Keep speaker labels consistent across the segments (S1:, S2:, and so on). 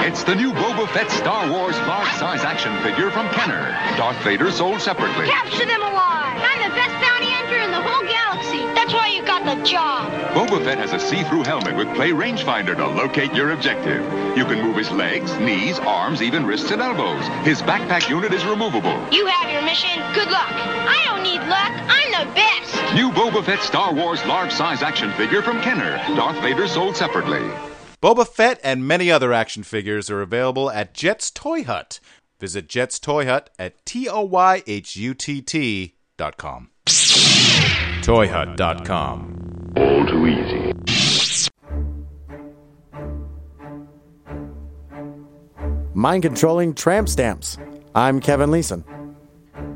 S1: It's the new Boba Fett Star Wars large size action figure from Kenner. Darth Vader sold separately.
S2: Capture them alive! I'm the best bounty hunter in the whole galaxy. That's why you got the job.
S1: Boba Fett has a see-through helmet with play rangefinder to locate your objective. You can move his legs, knees, arms, even wrists and elbows. His backpack unit is removable.
S2: You have your mission. Good luck. I don't need luck. I'm the best.
S1: New Boba Fett Star Wars large size action figure from Kenner. Darth Vader sold separately.
S3: Boba Fett and many other action figures are available at Jet's Toy Hut. Visit Jet's Toy Hut at T O Y H U T T dot com. Toyhut.com.
S4: All too easy.
S5: Mind controlling tramp stamps. I'm Kevin Leeson.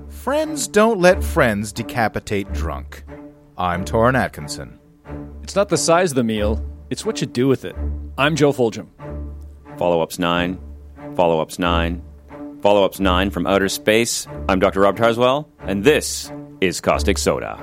S3: Friends don't let friends decapitate drunk. I'm Torrin Atkinson.
S6: It's not the size of the meal, it's what you do with it. I'm Joe Foljam.
S7: Follow ups nine. Follow ups nine. Follow ups nine from outer space. I'm Dr. Rob Tarswell, and this is Caustic Soda.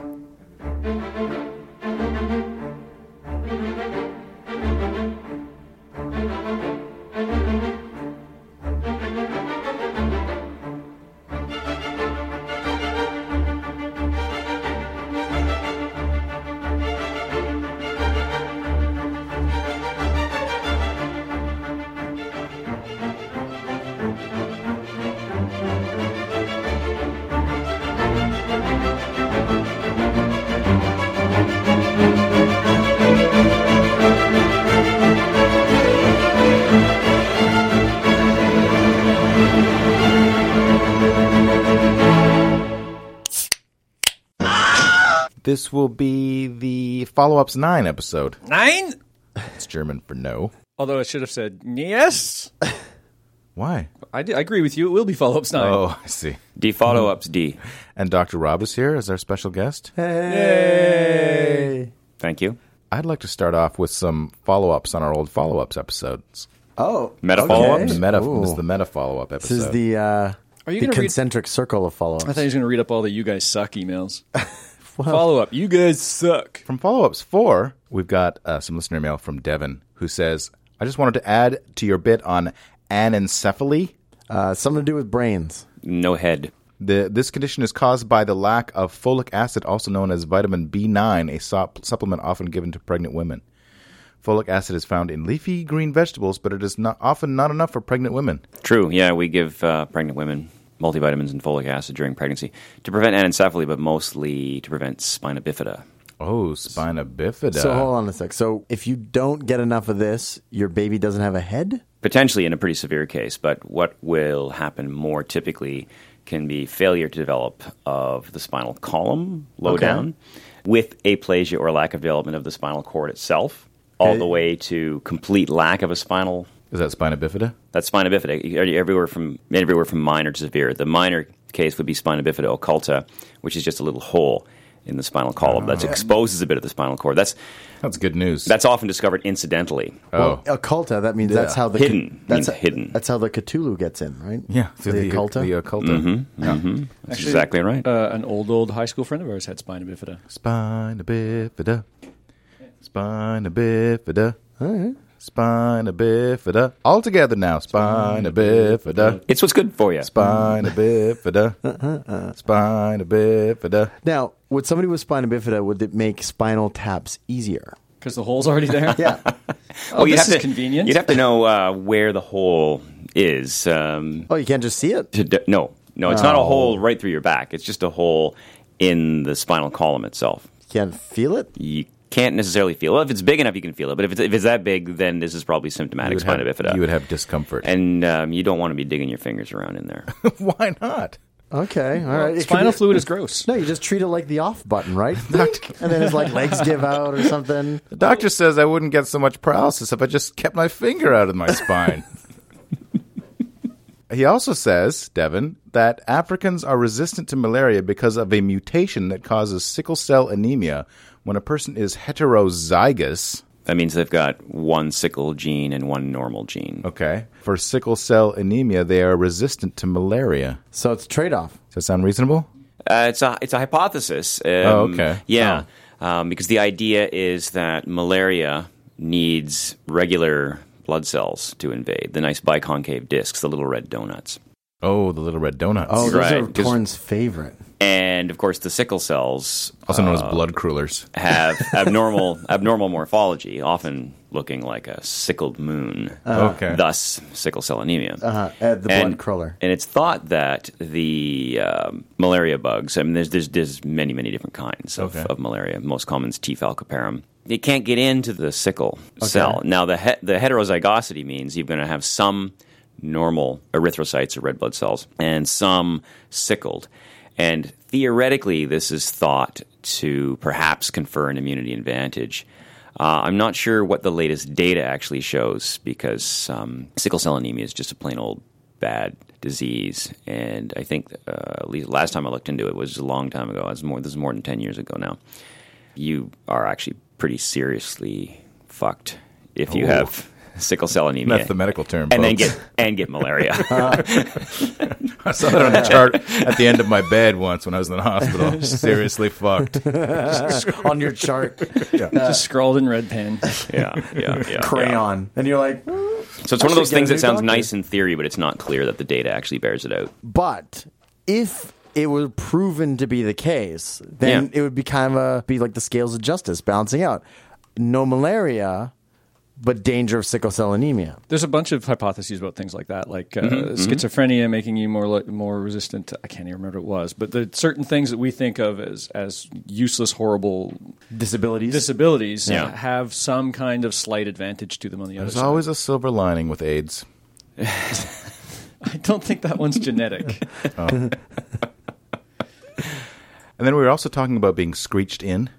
S3: This will be the follow ups nine episode.
S6: Nine?
S3: It's German for no.
S6: Although I should have said yes.
S3: Why?
S6: I, do- I agree with you. It will be follow ups nine.
S3: Oh, I see.
S7: D follow ups D.
S3: And Dr. Rob is here as our special guest.
S7: Thank you.
S3: I'd like to start off with some follow ups on our old follow ups episodes.
S5: Oh,
S7: Meta
S5: okay.
S7: follow-ups?
S3: The meta
S5: Ooh.
S3: this is the meta follow up episode.
S5: This is the uh,
S6: Are you
S5: the
S6: gonna read-
S5: concentric circle of follow
S6: I
S5: ups.
S6: thought he was going to read up all the you guys suck emails. follow up. You guys suck.
S3: From follow ups four, we've got uh, some listener mail from Devin who says, I just wanted to add to your bit on anencephaly.
S5: Uh, something to do with brains.
S7: No head.
S3: The, this condition is caused by the lack of folic acid, also known as vitamin B9, a sup- supplement often given to pregnant women. Folic acid is found in leafy green vegetables, but it is not, often not enough for pregnant women.
S7: True. Yeah, we give uh, pregnant women multivitamins and folic acid during pregnancy to prevent anencephaly, but mostly to prevent spina bifida.
S3: Oh, spina bifida.
S5: So hold on a sec. So if you don't get enough of this, your baby doesn't have a head.
S7: potentially in a pretty severe case, but what will happen more typically can be failure to develop of the spinal column low down with aplasia or lack of development of the spinal cord itself, all the way to complete lack of a spinal
S3: is that spina bifida?
S7: that's spina bifida. Everywhere from everywhere from minor to severe. The minor case would be spina bifida occulta, which is just a little hole in the spinal column that exposes a bit of the spinal cord. That's
S3: That's good news.
S7: that's often discovered incidentally.
S3: oh,
S5: Occulta. That means that's how the
S7: Hidden
S5: That's
S7: means hidden.
S5: That's how the Cthulhu gets in, right?
S3: yeah,
S5: The, occulta. Mm-hmm.
S3: The occulta. Yeah.
S7: That's exactly right.
S6: Uh, an old, old high school friend of ours had spina bifida.
S3: Spina bifida. Spina bifida. Spina bifida. All together now. Spina bifida.
S7: it's what's good for you.
S3: Spina bifida. Spina bifida.
S5: now, would somebody with spina bifida would it make spinal taps easier?
S6: Because the hole's already there.
S5: Yeah.
S6: Oh,
S7: you'd
S6: this
S7: have
S6: is
S7: to,
S6: convenient.
S7: You'd have to know uh, where the hole is. Um,
S5: oh, you can't just see it.
S7: to d- no, no, it's
S3: Oh.
S7: not a hole right through your back. It's just a hole in the spinal column itself.
S5: You can't feel it.
S7: You can't necessarily feel. Well, if it's big enough, you can feel it. But if it's, if it's that big, then this is probably symptomatic
S3: have,
S7: spina bifida.
S3: you would have discomfort.
S7: and um, you don't want to be digging your fingers around in there.
S3: why not?
S5: Okay. All right. It could
S6: Spinal
S5: be-
S6: fluid is gross.
S5: No, you just treat it like the off button, right? and then his like legs give out or something.
S3: The doctor says I wouldn't get so much paralysis if I just kept my finger out of my spine. he also says, Devin, that Africans are resistant to malaria because of a mutation that causes sickle cell anemia when a person is heterozygous.
S7: that means they've got one sickle gene and one normal gene.
S3: Okay. For sickle cell anemia, they are resistant to malaria.
S5: So it's trade off.
S3: Does that sound reasonable?
S7: Uh, it's a it's a hypothesis. Um,
S3: Oh, okay. Oh.
S7: Yeah, um, because the idea is that malaria needs regular blood cells to invade the nice biconcave discs, the little red donuts.
S3: Oh, the little red donuts.
S5: Oh, those
S7: Right,
S5: are
S7: 'cause-
S5: Porn's favorite.
S7: And of course, the sickle cells
S3: also
S5: Uh,
S3: known as blood crullers.
S7: have abnormal abnormal morphology, often looking like a sickled moon.
S3: okay.
S7: Thus, sickle cell anemia.
S5: Uh, uh, the blood crawler.
S7: And it's thought that the um, malaria bugs, I mean, there's, there's, there's many, many different kinds of,
S3: Okay.
S7: of malaria. Most common is T. falciparum. It can't get into the sickle cell. Now, the, he- the heterozygosity means you're going to have some normal erythrocytes or red blood cells and some sickled. And theoretically, this is thought to perhaps confer an immunity advantage. Uh, I'm not sure what the latest data actually shows because um, sickle cell anemia is just a plain old bad disease. And I think uh, at least last time I looked into it was a long time ago. It was more, this is more than 10 years ago now. You are actually pretty seriously fucked if you
S3: Ooh.
S7: have sickle cell anemia.
S3: Oh. That's the medical term.
S7: and then
S3: folks.
S7: get and get malaria.
S3: I saw that on the chart at the end of my bed once when I was in the hospital. Seriously fucked.
S5: on your chart,
S6: Just scrawled in red pen.
S7: yeah, yeah, yeah.
S5: crayon, and you're like,
S7: yeah. So it's one of
S5: should
S7: those
S5: get
S7: things
S5: a
S7: that
S5: new
S7: sounds
S5: doctor.
S7: nice in theory, but it's not clear that the data actually bears it out.
S5: but if it were proven to be the case, then
S7: Yeah.
S5: it would be kind of a, be like the scales of justice balancing out. No malaria, but danger of sickle cell anemia.
S6: There's a bunch of hypotheses about things like that, like uh, schizophrenia making you more li- more resistant. To, I can't even remember what it was, but the certain things that we think of as as useless, horrible
S5: Disabilities.
S6: disabilities
S7: Yeah.
S6: have some kind of slight advantage to them on the other
S3: There's
S6: side.
S3: always a silver lining with AIDS.
S6: I don't think that one's genetic.
S3: And then we were also talking about being screeched in.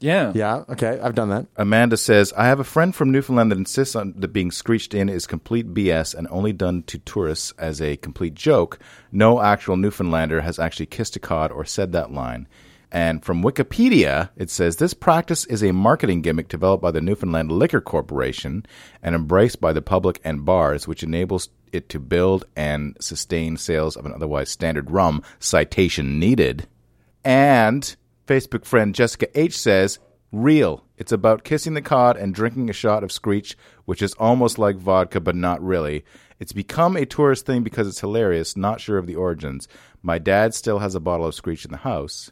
S6: Yeah,
S5: yeah, okay, I've done that.
S3: Amanda says, I have a friend from Newfoundland that insists on that being screeched in is complete BS and only done to tourists as a complete joke. No actual Newfoundlander has actually kissed a cod or said that line. And from Wikipedia, it says this practice is a marketing gimmick developed by the Newfoundland Liquor Corporation and embraced by the public and bars, which enables it to build and sustain sales of an otherwise standard rum. Citation needed. And Facebook friend Jessica H says, real. It's about kissing the cod and drinking a shot of Screech, which is almost like vodka, but not really. It's become a tourist thing because it's hilarious, not sure of the origins. My dad still has a bottle of Screech in the house.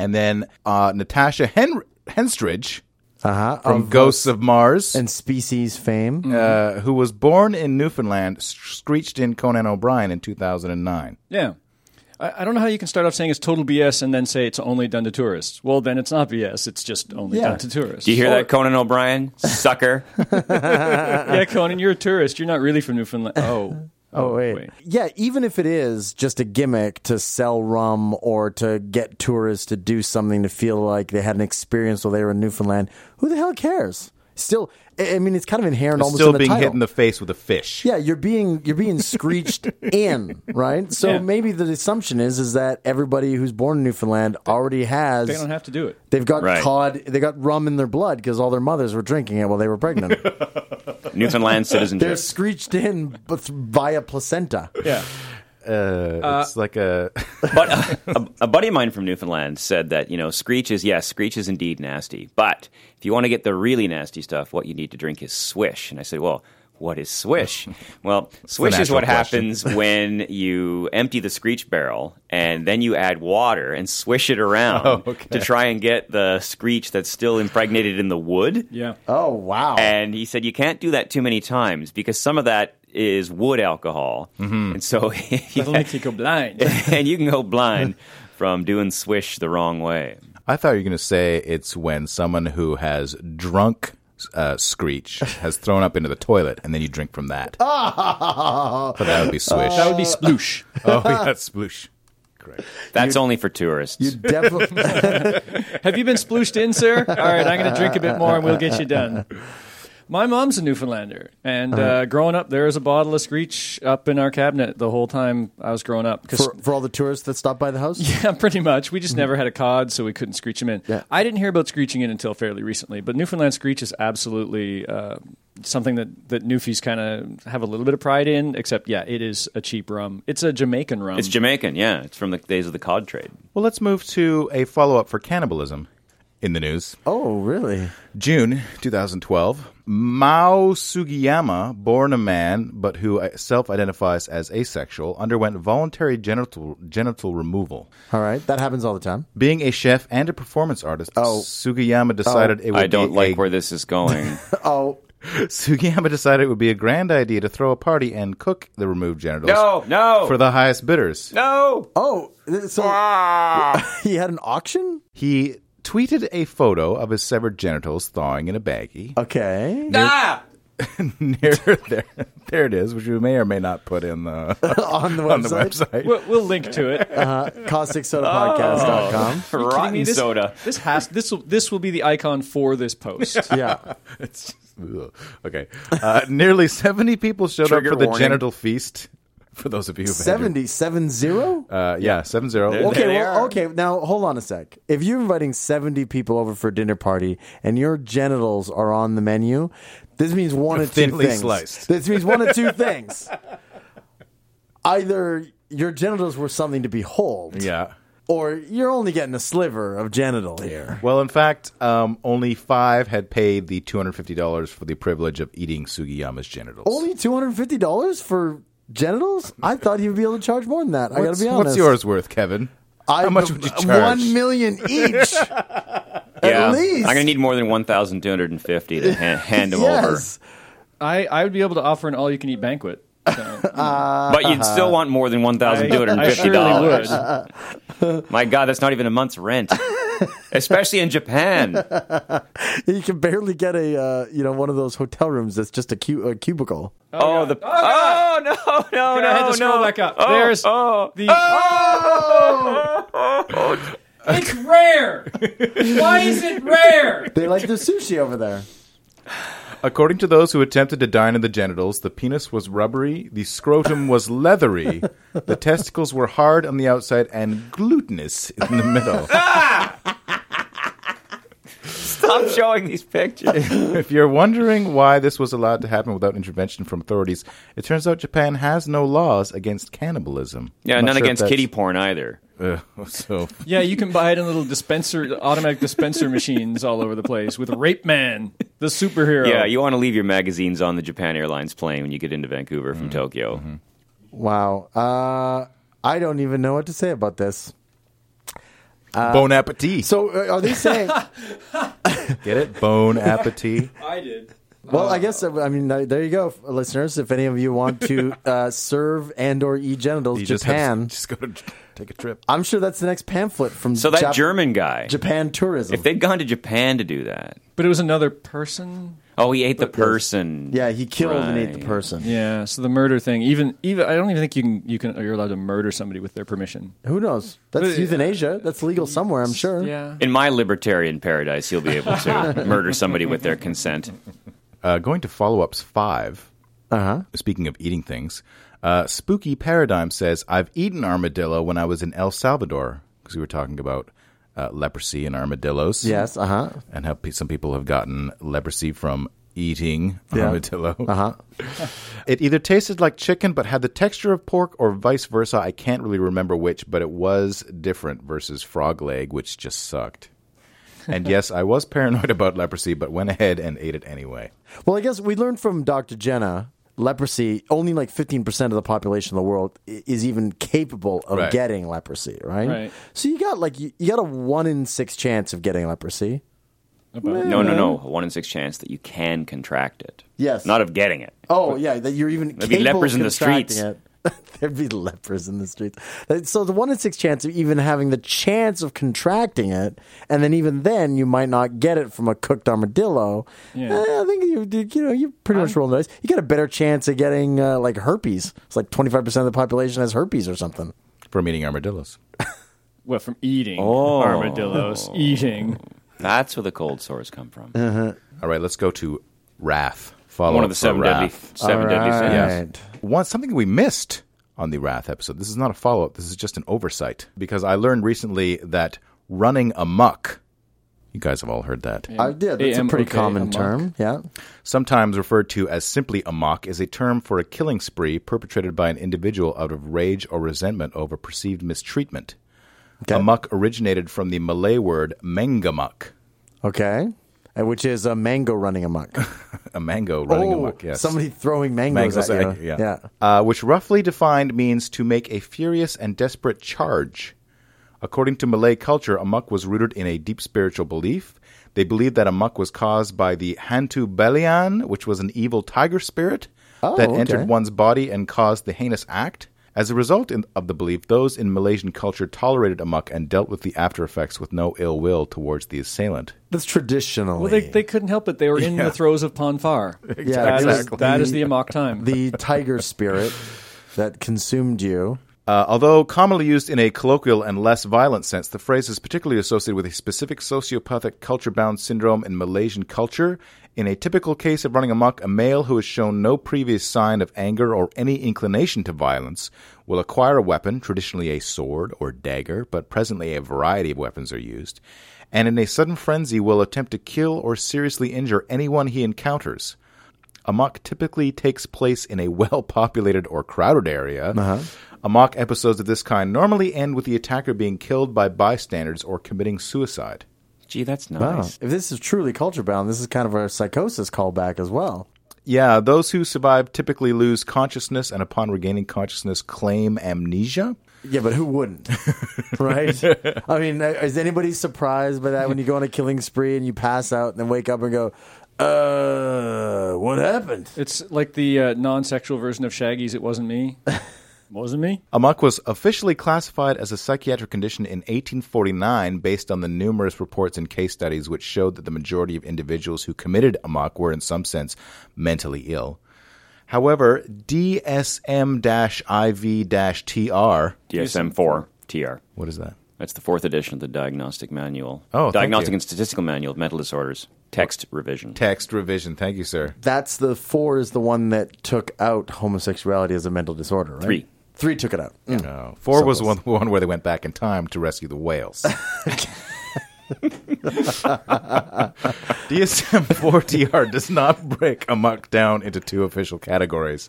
S3: And then uh, Natasha Hen- Henstridge
S5: Uh huh.
S3: from Ghosts of Mars,
S5: and species fame.
S3: uh, who was born in Newfoundland, screeched in Conan O'Brien in 2009.
S6: yeah. I, I don't know how you can start off saying it's total BS and then say it's only done to tourists. Well, then it's not BS. It's just only
S5: Yeah.
S6: done to tourists.
S7: Do you hear that, Conan O'Brien, sucker?
S6: yeah, Conan, you're a tourist. You're not really from Newfoundland. Oh,
S5: Oh wait. Yeah, even if it is just a gimmick to sell rum or to get tourists to do something to feel like they had an experience while they were in Newfoundland, who the hell cares? Still, I I mean, it's kind of inherent almost
S3: Still
S5: in the
S3: being hit
S5: title.
S3: in the face with a fish.
S5: yeah, you're being you're being screeched in, right? So
S6: Yeah.
S5: maybe the assumption is is that everybody who's born in Newfoundland already has
S6: they don't have to do it.
S5: they've got
S7: Right.
S5: cod, they got rum in their blood because all their mothers were drinking it while they were pregnant.
S7: Newfoundland
S5: They're
S7: citizenship.
S5: screeched in but via placenta.
S6: Yeah.
S3: Uh, it's like a.
S7: but uh, a, a buddy of mine from Newfoundland said that you know screech is yes, screech is indeed nasty. But if you want to get the really nasty stuff, what you need to drink is swish. And I said, well. What is swish? Well, swish is
S3: natural
S7: what
S3: question.
S7: happens when you empty the screech barrel and then you add water and swish it around to try and get the screech that's still impregnated in the wood.
S6: Yeah.
S5: Oh wow!
S7: And he said you can't do that too many times because some of that is wood alcohol, and so
S6: That'll make you go blind.
S7: and you can go blind from doing swish the wrong way.
S3: I thought you were going to say it's when someone who has drunk uh, Screech has thrown up into the toilet, and then you drink from that. but that would be swish.
S6: That would be sploosh.
S3: oh, yeah, that's sploosh. Correct.
S7: That's only for tourists.
S5: Definitely.
S6: Have you been splooshed in, sir? All right, I'm going to drink a bit more and we'll get you done. My mom's a Newfoundlander, and uh, growing up, there was a bottle of Screech up in our cabinet the whole time I was growing up. 'cause-
S5: for, for all the tourists that stop by the house.
S6: yeah, pretty much. We just never had a cod, so we couldn't screech them in.
S5: Yeah.
S6: I didn't hear about screeching in until fairly recently, but Newfoundland screech is absolutely uh, something that, that Newfies kind of have a little bit of pride in, except, yeah, it is a cheap rum. It's a Jamaican rum.
S7: It's Jamaican, yeah. It's from the days of the cod trade.
S3: Well, let's move to a follow up for cannibalism. in the news.
S5: Oh, really?
S3: June 2012, Mao Sugiyama, born a man but who self identifies as asexual, underwent voluntary genital, genital removal.
S5: All right. That happens all the time.
S3: Being a chef and a performance artist,
S5: Oh.
S3: Sugiyama decided it would
S7: I don't
S3: be
S7: like
S3: a,
S7: where this is going.
S5: Oh,
S3: Sugiyama decided it would be a grand idea to throw a party and cook the removed genitals
S7: no, no,
S3: for the highest bidders.
S7: no.
S5: oh. So
S3: Ah.
S5: he had an auction?
S3: He tweeted a photo of his severed genitals thawing in a baggie.
S5: Okay.
S7: Ah!
S3: near there. There it is, which we may or may not put in the
S5: on the website.
S3: on the website.
S6: We'll, we'll link to it.
S5: CausticSodaPodcast.com.
S6: Kidding me?
S7: Rotten
S6: This-
S7: soda.
S6: This has this will this will be the icon for this post.
S3: Oh.
S5: Yeah.
S3: It's ugh. okay. Uh, nearly seventy people showed
S7: Trigger
S3: up for the
S7: warning.
S3: genital feast. For those of you who have entered.
S5: 70, 70?
S3: uh, yeah, seven zero.
S5: Okay,
S7: they
S5: well,
S7: are.
S5: okay. Now hold on a sec. If you're inviting 70 people over for a dinner party and your genitals are on the menu, this means one of two
S3: Thinly
S5: things.
S3: sliced.
S5: This means one of two things. Either your genitals were something to behold,
S3: yeah.
S5: or you're only getting a sliver of genital here.
S3: Well, in fact, um, only five had paid the two hundred fifty dollars for the privilege of eating Sugiyama's genitals.
S5: Only $250 for genitals? I thought he would be able to charge more than that. I got
S3: what's,
S5: to be honest.
S3: what's yours worth, Kevin?
S5: I,
S3: How much would you charge?
S5: One million each. At
S7: Yeah.
S5: least.
S7: I'm going to need more than 1,250 to ha- hand them over.
S5: yes.
S6: I, I would be able to offer an all you can eat banquet. So,
S7: But you'd still want more than $1,250.
S6: I surely would.
S7: My God, that's not even a month's rent. Especially in Japan.
S5: You can barely get a uh, you know one of those hotel rooms that's just a, cu- a cubicle.
S7: Oh, the oh, no no no
S6: I had to
S7: no Oh,
S6: scroll back up. There's the. Oh, It's rare. Why is it rare?
S5: They like their sushi over there.
S3: According to those who attempted to dine in the genitals, the penis was rubbery, the scrotum was leathery, the testicles were hard on the outside and glutinous in the middle.
S7: Stop showing these pictures.
S3: if you're wondering why this was allowed to happen without intervention from authorities, it turns out Japan has no laws against cannibalism.
S7: Yeah,
S3: I'm not
S7: none
S3: sure
S7: against
S3: if
S7: kitty porn either.
S3: that's- Ugh, so
S6: Yeah, you can buy it in little dispenser, automatic dispenser machines all over the place with Rape Man, the
S5: Oh.
S6: superhero.
S7: Yeah, you want to leave your magazines on the Japan Airlines plane when you get into Vancouver from
S5: Mm-hmm.
S7: Tokyo.
S5: Wow. Uh, I don't even know what to say about this.
S3: bon appetit.
S5: Uh, So uh, are they saying?
S3: Get it? Bon appetit.
S6: I did.
S5: well, I guess uh, I mean uh, there you go, listeners. If any of you want to uh, serve and or eat genitals,
S3: You just have to-
S5: Japan.
S3: Just, go to take a trip.
S5: I'm sure that's the next pamphlet from
S7: So that
S5: Jap-
S7: German guy,
S5: Japan tourism.
S7: if they'd gone to Japan to do that,
S6: But it was another person.
S7: oh, he ate the person.
S5: yeah, he killed and ate the
S7: Right.
S5: person.
S6: Yeah. So the murder thing, even even I don't even think you can you can you're allowed to murder somebody with their permission.
S5: Who knows? That's
S6: But- uh,
S5: euthanasia. That's legal somewhere, I'm sure.
S6: Yeah.
S7: In my libertarian paradise, you'll be able to murder somebody with their consent.
S3: Uh, going to follow ups five.
S5: Uh huh.
S3: Speaking of eating things, uh, Spooky Paradigm says, I've eaten armadillo when I was in El Salvador, because we were talking about uh, leprosy and armadillos.
S5: Yes. Uh huh.
S3: And how pe- some people have gotten leprosy from eating
S5: Yeah.
S3: armadillo.
S5: Uh huh.
S3: It either tasted like chicken but had the texture of pork, or vice versa. I can't really remember which, but it was different versus frog leg, which just sucked. And yes, I was paranoid about leprosy, but went ahead and ate it anyway.
S5: Well, I guess we learned from Dr. Jenna leprosy, only like 15% of the population of the world i- is even capable of
S3: Right.
S5: getting leprosy, right?
S6: Right.
S5: So you got like, you, you got a one in six chance of getting leprosy.
S7: No, no, no. A one in six chance that you can contract it.
S5: Yes.
S7: Not of getting it.
S5: Oh, yeah, that you're even
S7: There'd be
S5: capable
S7: lepers
S5: of
S7: in the
S5: contracting
S7: streets.
S5: it. There'd be lepers in the streets. That- So the one in six chance of even having the chance of contracting it, and then even then you might not get it from a cooked armadillo.
S6: Yeah.
S5: Eh, I think you you know you pretty much roll the dice. You get a better chance of getting uh, like herpes. It's like twenty five percent of the population has herpes or something.
S3: From eating armadillos.
S6: Well, from eating armadillos, eating.
S7: That's where the cold sores come from.
S5: Uh-huh.
S3: All right, let's go to Wrath. Follow
S7: One of the
S3: for
S7: seven deadly,
S3: Wrath.
S7: seven deadly sins.
S5: Alright.
S3: One something we missed on the Wrath episode. This is not a follow up. This is just an oversight because I learned recently that running amok. You guys have all heard that.
S5: I did. That's a pretty
S6: AMOK,
S5: common
S6: amok.
S5: term. Yeah.
S3: sometimes referred to as simply a mock, is a term for a killing spree perpetrated by an individual out of rage or resentment over perceived mistreatment.
S5: Okay.
S3: A muck originated from the Malay word mengamuk,
S5: Okay. Uh, Which is a mango running amok.
S3: A mango running
S5: Oh,
S3: amok. Yes.
S5: Somebody throwing mangoes,
S3: Mangoes,
S5: at
S3: uh,
S5: you.
S3: yeah.
S5: yeah.
S3: Uh, which roughly defined means to make a furious and desperate charge. According to Malay culture, amok was rooted in a deep spiritual belief. They believed that amok was caused by the Hantu Belian, which was an evil tiger spirit
S5: Oh,
S3: that
S5: okay.
S3: entered one's body and caused the heinous act. As a result in, of the belief, those in Malaysian culture tolerated amok and dealt with the after effects with no ill will towards the assailant.
S5: That's traditionally.
S6: Well, they, they couldn't help it. They were in
S3: Yeah.
S6: the throes of Ponfar.
S5: Yeah,
S6: That is-
S5: exactly.
S6: that is the Amok time.
S5: the tiger spirit that consumed you.
S3: Uh, although commonly used in a colloquial and less violent sense, the phrase is particularly associated with a specific sociopathic culture bound syndrome in Malaysian culture. In a typical case of running amok, a male who has shown no previous sign of anger or any inclination to violence will acquire a weapon, traditionally a sword or dagger, but presently a variety of weapons are used, and in a sudden frenzy will attempt to kill or seriously injure anyone he encounters. Amok typically takes place in a well populated or crowded area. Amok episodes of this kind normally end with the attacker being killed by bystanders or committing suicide.
S7: Gee, that's
S5: Wow.
S7: nice.
S5: Ah. If this is truly culture bound, this is kind of a psychosis callback as well.
S3: Yeah, those who survive typically lose consciousness and upon regaining consciousness claim amnesia.
S5: Yeah, but who wouldn't? right? I mean, uh, is anybody surprised by that when you go on a killing spree and you pass out and then wake up and go, uh, what happened?
S6: It's like the uh, non-sexual version of Shaggy's "It Wasn't Me." wasn't me.
S3: Amok was officially classified as a psychiatric condition in 1849 based on the numerous reports and case studies which showed that the majority of individuals who committed Amok were, in some sense, mentally ill. However, DSM IV TR,
S7: DSM four TR.
S3: what is that?
S7: That's the fourth edition of the Diagnostic Manual.
S3: Oh, thank
S7: Diagnostic
S3: you.
S7: and Statistical Manual of Mental Disorders. Text revision.
S3: Text revision. Thank you, sir.
S5: That's the four is the one that took out homosexuality as a mental disorder, right?
S7: Three.
S5: Three took it out. Mm.
S3: No. Four was
S5: So
S3: one, one where they went back in time to rescue the whales. DSM 4 TR does not break amok down into two official categories.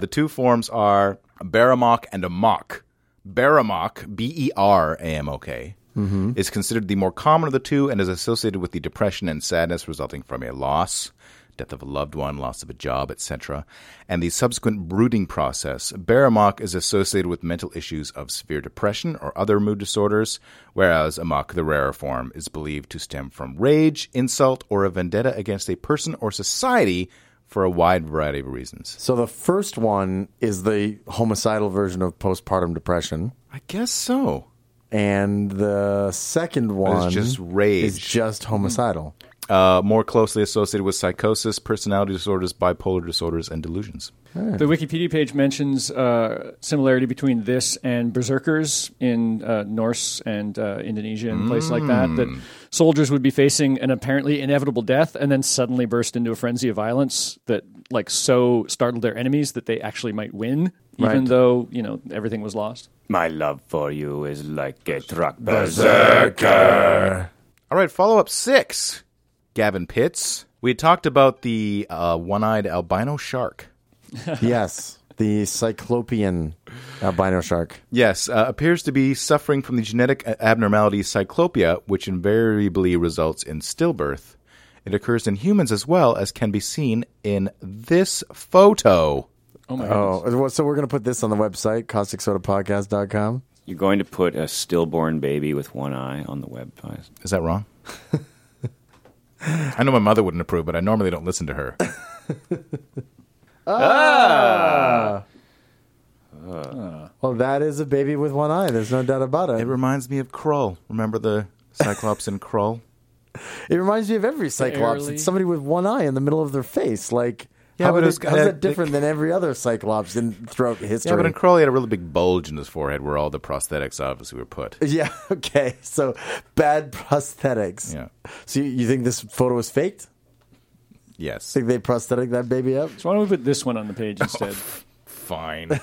S3: The two forms are baramok and amok. Baramok, B E R A M O K, is considered the more common of the two and is associated with the depression and sadness resulting from a loss, death of a loved one, loss of a job, etc., and the subsequent brooding process. Baramok is associated with mental issues of severe depression or other mood disorders, whereas amok, the rarer form, is believed to stem from rage, insult, or a vendetta against a person or society for a wide variety of reasons.
S5: So the first one is the homicidal version of postpartum depression.
S3: I guess so.
S5: And the second one
S3: just rage.
S5: Is just homicidal.
S3: Uh, more closely associated with psychosis, personality disorders, bipolar disorders, and delusions.
S6: The Wikipedia page mentions uh, similarity between this and berserkers in uh, Norse and uh, Indonesia and places like that.
S5: Mm.
S6: That soldiers would be facing an apparently inevitable death and then suddenly burst into a frenzy of violence that, like, so startled their enemies that they actually might win, even
S5: Right.
S6: though you know everything was lost.
S7: My love for you is like a truck buzz.
S3: All right, follow up six Gavin Pitts. We had talked about the uh, one eyed albino shark.
S5: yes. The cyclopean albino shark.
S3: Yes, uh, appears to be suffering from the genetic a- abnormality cyclopia, which invariably results in stillbirth. It occurs in humans as well as can be seen in this photo.
S6: Oh my god!
S5: Oh, so we're going to put this on the website, causticsodapodcast.com.
S7: You're going to put a stillborn baby with one eye on the web. guys.
S3: Is that wrong? I know my mother wouldn't approve, but I normally don't listen to her.
S5: Well, that is a baby with one eye. There's no doubt about it.
S3: It
S5: It,
S3: reminds me of Kroll. Remember the Cyclops in Kroll?
S5: reminds me of every cyclops.
S6: early-
S5: It's somebody with one eye in the middle of their face. Like,
S3: Yeah,
S5: how,
S3: but
S5: would
S3: it's
S5: it-
S3: got
S5: how's
S3: that-
S5: that different than every other cyclops in throughout history?
S3: Yeah, but in Kroll, he had a really big bulge in his forehead where all the prosthetics obviously were put.
S5: Yeah, okay. So bad prosthetics.
S3: Yeah.
S5: So you, you think this photo is faked?
S3: Yes.
S5: Think they prosthetic that baby up?
S6: So why don't we put this one on the page instead?
S3: Fine.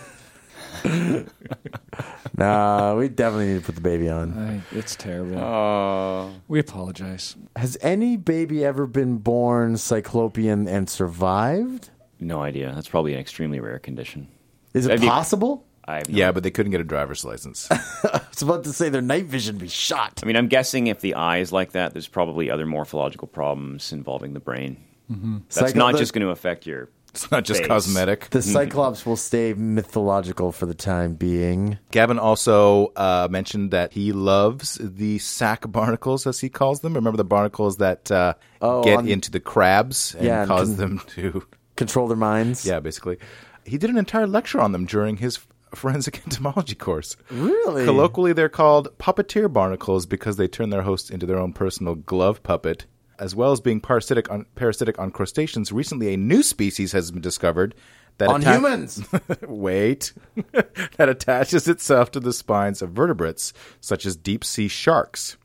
S5: nah, we definitely need to put the baby on.
S6: Ay, it's terrible. we apologize.
S5: Has any baby ever been born cyclopean and survived?
S7: No idea. That's probably an extremely rare condition.
S5: Is it
S7: That'd be-
S5: possible?
S7: I have no
S3: Yeah, but they couldn't get a driver's license.
S5: I was about to say their night vision be shot.
S7: I mean, I'm guessing if the eye is like that, there's probably other morphological problems involving the brain. That's
S5: Psycho-
S7: not
S5: the-
S7: just Mm. going to affect your.
S3: It's not just
S7: Face.
S3: cosmetic.
S5: The Cyclops will stay mythological for the time being.
S3: Gavin also uh, mentioned that he loves the sack barnacles, as he calls them. Remember the barnacles that uh,
S5: Oh,
S3: get
S5: on-
S3: into the crabs and
S5: Yeah, and
S3: cause
S5: can-
S3: them to.
S5: Control their minds.
S3: Yeah, basically. He did an entire lecture on them during his forensic entomology course.
S5: Really?
S3: Colloquially, they're called puppeteer barnacles because they turn their hosts into their own personal glove puppet. As well as being parasitic on, parasitic on crustaceans, recently a new species has been discovered that
S5: On
S3: attack-
S5: humans.
S3: Wait, that attaches itself to the spines of vertebrates, such as deep sea sharks.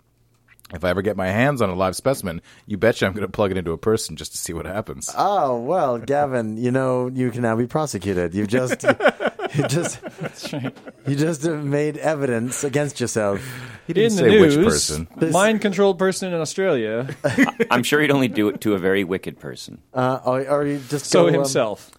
S3: If I ever get my hands on a live specimen, you betcha I'm going to plug it into a person just to see what happens.
S5: oh well, Gavin, you know you can now be prosecuted. You've just you just you just have made evidence against yourself.
S3: he
S6: In
S3: didn't
S6: the
S3: say
S6: news,
S3: which person.
S6: mind-controlled person in Australia,
S7: I'm sure he'd only do it to a very wicked person.
S5: Uh, or, or you just
S6: so
S5: go, um,
S6: himself.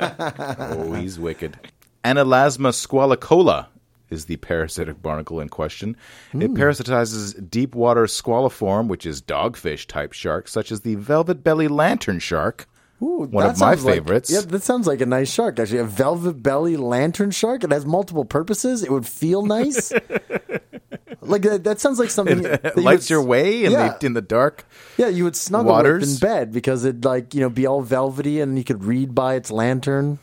S3: Oh, he's wicked. Analasma squalicola is the parasitic barnacle in question.
S5: Hmm.
S3: It parasitizes deep water squaliform, which is dogfish type sharks, such as the velvet belly lantern shark.
S5: Ooh,
S3: one
S5: that
S3: of my
S5: sounds like-
S3: favorites.
S5: yeah, that sounds like a nice shark. Actually, a velvet belly lantern shark. It has multiple purposes. It would feel nice. like that, that sounds like something that you
S3: Lights
S5: would-
S3: your way in,
S5: Yeah.
S3: the, in the dark.
S5: Yeah, you would snuggle with
S3: Waters?
S5: in bed because it'd like you know be all velvety and you could read by its lantern.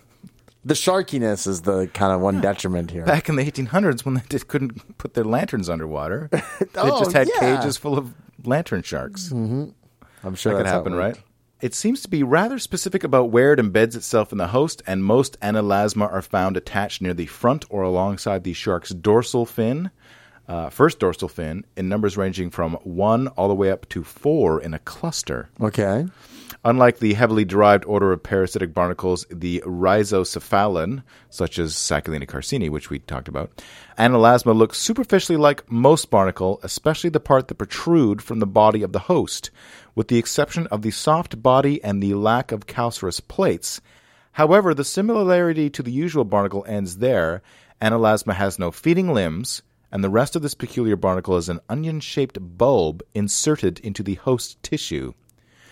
S5: The sharkiness is the kind of one detriment here.
S3: Back in the 1800s, when they just couldn't put their lanterns underwater, they
S5: Oh,
S3: just had
S5: yeah.
S3: cages full of lantern sharks.
S5: I'm sure
S3: that
S5: that's
S3: could
S5: how it
S3: happen,
S5: worked.
S3: right? It seems to be rather specific about where it embeds itself in the host, and most analasma are found attached near the front or alongside the shark's dorsal fin, uh, first dorsal fin, in numbers ranging from one all the way up to four in a cluster.
S5: Okay.
S3: Unlike the heavily derived order of parasitic barnacles, the rhizocephalin, such as Sacculina carcini, which we talked about, analasma looks superficially like most barnacle, especially the part that protrude from the body of the host, with the exception of the soft body and the lack of calcareous plates. However, the similarity to the usual barnacle ends there. Analasma has no feeding limbs, and the rest of this peculiar barnacle is an onion shaped bulb inserted into the host tissue.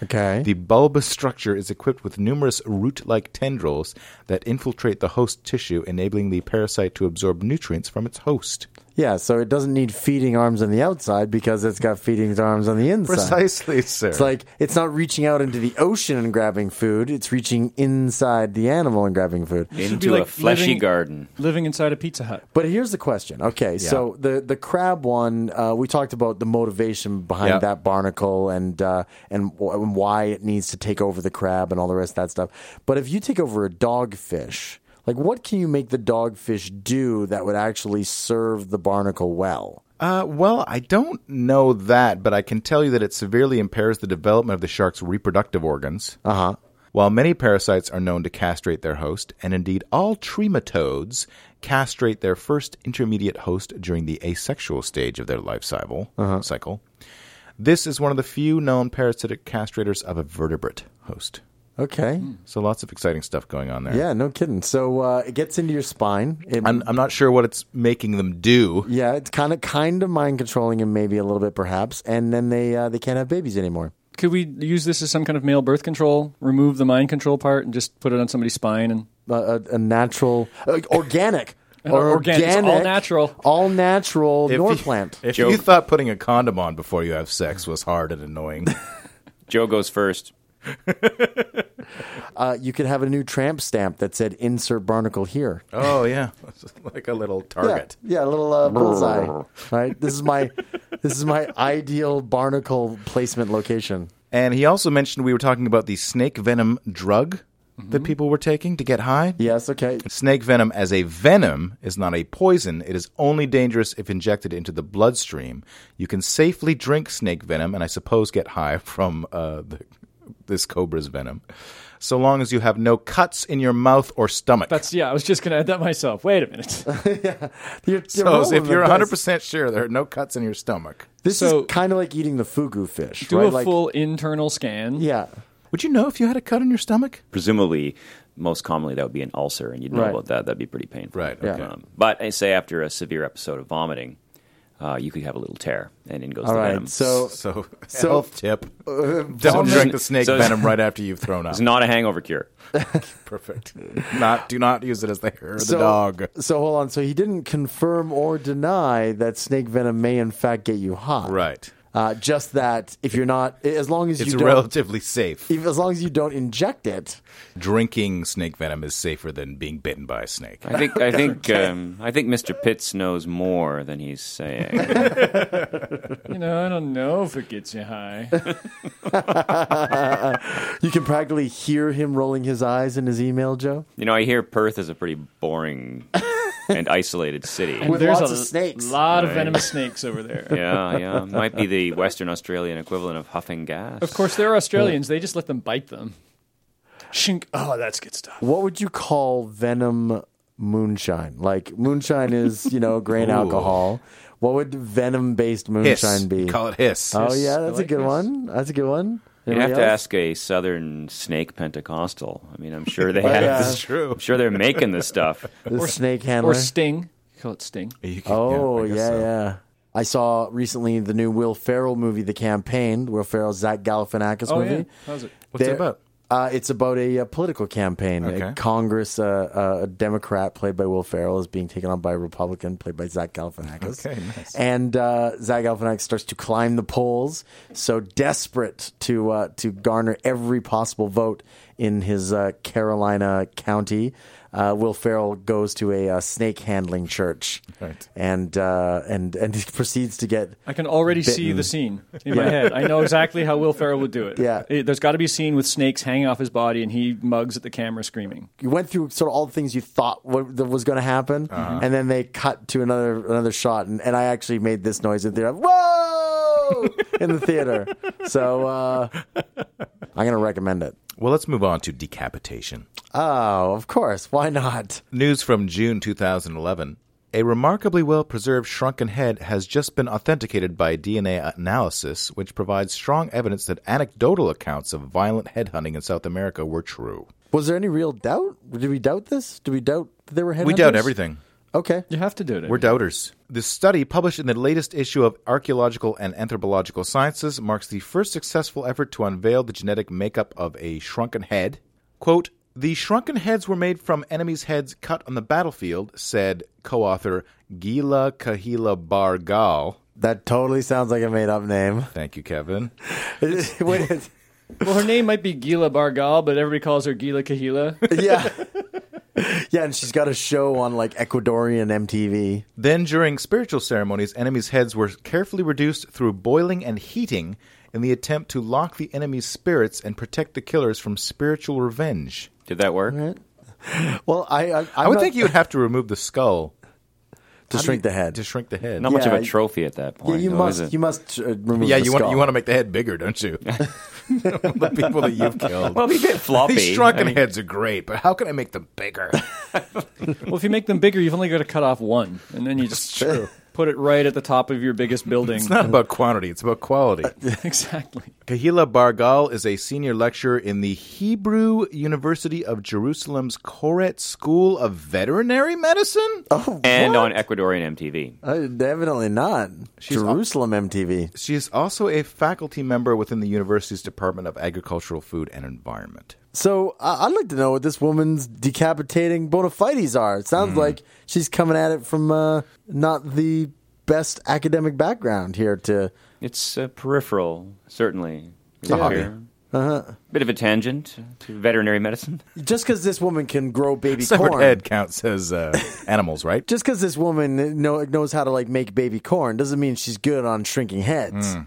S5: Okay.
S3: The bulbous structure is equipped with numerous root like tendrils that infiltrate the host tissue, enabling the parasite to absorb nutrients from its host.
S5: yeah, so it doesn't need feeding arms on the outside because it's got feeding arms on the inside.
S3: Precisely, sir.
S5: It's like it's not reaching out into the ocean and grabbing food, it's reaching inside the animal and grabbing food.
S6: should be
S7: Into a
S6: like
S7: fleshy
S6: living-
S7: garden.
S6: Living inside a Pizza Hut.
S5: But here's the question. Okay, so the the crab one, uh, we talked about the motivation behind
S3: Yeah.
S5: that barnacle and uh, and, wh- and why it needs to take over the crab and all the rest of that stuff. But if you take over a dogfish, like what can you make the dogfish do that would actually serve the barnacle well?
S3: Uh, well, I don't know that, but I can tell you that it severely impairs the development of the shark's reproductive organs. Uh huh. While many parasites are known to castrate their host, and indeed all trematodes castrate their first intermediate host during the asexual stage of their life cycle, cycle, this is one of the few known parasitic castrators of a vertebrate host.
S5: Okay,
S3: So lots of exciting stuff going on there.
S5: yeah, no kidding. So uh, it gets into your spine. It,
S3: I'm, I'm not sure what it's making them do.
S5: yeah, it's kind of kind of mind controlling him, maybe a little bit, perhaps. And then they uh, they can't have babies anymore.
S6: Could we use this as some kind of male birth control? Remove the mind control part and just put it on somebody's spine and
S5: a, a, a natural, uh, organic, or
S6: organic,
S5: organic,
S6: it's all natural.
S5: all natural
S3: If you-
S5: Norplant.
S3: If
S7: Joke.
S3: you thought putting a condom on before you have sex was hard and annoying.
S7: Joe goes first.
S5: Uh, you could have a new tramp stamp that said "Insert barnacle here."
S3: Oh yeah, like a little
S5: Yeah,
S3: target.
S5: yeah, a little uh, bullseye. right, this is my this is my ideal barnacle placement location.
S3: And he also mentioned we were talking about the snake venom drug that people were taking to get high.
S5: Yes, okay.
S3: Snake venom as a venom is not a poison. It is only dangerous if injected into the bloodstream. You can safely drink snake venom and I suppose get high from uh, the, this cobra's venom, so long as you have no cuts in your mouth or stomach.
S6: that's yeah. I was just gonna add that myself. Wait a minute.
S5: You're, you're
S3: so
S5: rolling
S3: if
S5: the
S3: you're
S5: dice.
S3: 100% sure there are no cuts in your stomach.
S5: this
S6: So-
S5: is kind of like eating the fugu fish.
S6: Do
S5: right?
S6: a
S5: like,
S6: full internal scan.
S5: yeah.
S3: Would you know if you had a cut in your stomach?
S7: Presumably, most commonly that would be an ulcer, and you'd know
S5: Right.
S7: about that. That'd be pretty painful.
S3: Right, Yeah. okay.
S7: Um, but I say after a severe episode of vomiting, uh, you could have a little tear, and in goes
S5: All
S7: the
S5: right.
S7: venom.
S5: So
S3: So,
S5: So- uh,
S3: health tip: don't drink the snake
S7: so it's-
S3: venom right after you've thrown up.
S7: it's not a hangover cure.
S3: Perfect. Not do not use it as the hair of the
S5: so,
S3: dog.
S5: So hold on. So he didn't confirm or deny that snake venom may in fact get you hot.
S3: Right.
S5: Uh, just that if you're not, as long as
S3: It's
S5: you don't,
S3: relatively safe.
S5: if, as long as you don't inject it.
S3: Drinking snake venom is safer than being bitten by a snake.
S7: I think I think um, I think Mr. Pitts knows more than he's saying.
S6: You know, I don't know if it gets you high.
S5: You can practically hear him rolling his eyes in his email, Joe.
S7: You know, I hear Perth is a pretty boring and isolated city.
S5: With
S6: There's
S5: lots
S6: a
S5: of snakes.
S6: lot of
S7: Right.
S6: venomous snakes over there.
S7: Yeah, yeah. Might be the Western Australian equivalent of huffing gas.
S6: Of course, they're Australians. They just let them bite them. Shink. Oh, that's good stuff.
S5: What would you call venom moonshine? Like moonshine is you know grain
S3: Ooh.
S5: alcohol. What would venom based
S3: Hiss.
S5: moonshine be?
S3: You call it hiss.
S5: oh yeah, that's a
S6: I like
S5: good
S6: this.
S5: one. That's a good one.
S7: You'd have
S5: Anybody
S7: to
S5: else?
S7: ask a Southern Snake Pentecostal. I mean, I'm sure they have.
S5: yeah.
S7: This,
S3: true.
S7: I'm sure they're making this stuff.
S5: the snake handler
S6: Or sting. You call it sting.
S3: You can-
S5: Oh
S3: I
S5: yeah,
S3: guess
S5: yeah,
S3: so.
S5: I saw recently the new Will Ferrell movie, The Campaign. Will Ferrell's Zach Galifianakis
S6: Oh
S5: movie.
S6: yeah. How's it?
S3: What's
S5: There-
S3: it about?
S5: Uh, it's about a, uh political campaign.
S3: Okay.
S5: A Congress, uh, uh, a Democrat played by Will Ferrell, is being taken on by a Republican played by Zach Galifianakis.
S3: Okay, nice.
S5: And uh, Zach Galifianakis starts to climb the polls, so desperate to uh, to garner every possible vote in his uh, Carolina county. Uh, Will Ferrell goes to a uh, snake handling church,
S3: Right.
S5: and uh, and and he proceeds to get
S6: I can already see
S5: Bitten.
S6: the scene in my head. I know exactly how Will Ferrell would do it.
S5: Yeah.
S6: It- there's got to be a scene with snakes hanging off his body, and he mugs at the camera screaming.
S5: you went through sort of all the things you thought what, that was going to happen,
S3: Uh-huh.
S5: and then they cut to another another shot, and, and I actually made this noise in theater, whoa, in the theater. So uh, I'm going to recommend it.
S3: Well, let's move on to decapitation.
S5: Oh, of course, why not?
S3: News from June 2011. A remarkably well preserved shrunken head has just been authenticated by DNA analysis, which provides strong evidence that anecdotal accounts of violent headhunting in South America were true.
S5: Was there any real doubt? Did we doubt this? Did we doubt that there were headhunters?
S3: We doubt everything.
S5: Okay,
S6: You have to do it.
S3: We're doubters. The study, published in the latest issue of Archaeological and Anthropological Sciences, marks the first successful effort to unveil the genetic makeup of a shrunken head. Quote, the shrunken heads were made from enemies' heads cut on the battlefield, said co author Gila Kahila Bargal.
S5: that totally sounds like a made up name.
S3: Thank you, Kevin.
S5: Wait,
S6: Well, her name might be Gila Bargal, but everybody calls her Gila Kahila.
S5: yeah, yeah, and she's got a show on like Ecuadorian MTV.
S3: Then, during spiritual ceremonies, enemies' heads were carefully reduced through boiling and heating in the attempt to lock the enemy's spirits and protect the killers from spiritual revenge.
S7: Did that work?
S5: Well, I I, I'm
S3: I would
S5: not-
S3: think you would have to remove the skull
S5: to shrink the head.
S3: to shrink the head.
S7: Not much of
S5: Yeah,
S7: a trophy at that
S5: Yeah,
S7: point.
S5: you
S7: though, is
S5: must.
S7: it?
S5: You must uh, remove.
S3: yeah,
S5: the
S3: you want
S5: skull.
S3: you want to make the head bigger, don't you? the people that you've killed.
S7: well, it'd be a bit floppy.
S3: These shrunken heads are great, but how can I make them bigger?
S6: well, if you make them bigger, you've only got to cut off one, and then you just put it right at the top of your biggest building.
S3: It's not about quantity; it's about quality.
S6: exactly.
S3: Uh, Kahila Bargal is a senior lecturer in the Hebrew University of Jerusalem's Koret School of Veterinary Medicine.
S5: Oh.
S7: and on Ecuadorian MTV.
S5: Uh, definitely not. Jerusalem MTV.
S3: She is also a faculty member within the university's Department of Agricultural, Food, and Environment.
S5: So I I'd like to know what this woman's decapitating bona fides are. It sounds like she's coming at it from uh, not the best academic background here. To
S7: It's uh, peripheral, certainly.
S3: a hobby.
S7: Uh-huh. Bit of a tangent to veterinary medicine.
S5: just because this woman can grow baby
S3: Severed
S5: corn.
S3: head counts as uh, animals, right?
S5: Just because this woman know, knows how to like make baby corn doesn't mean she's good on shrinking heads.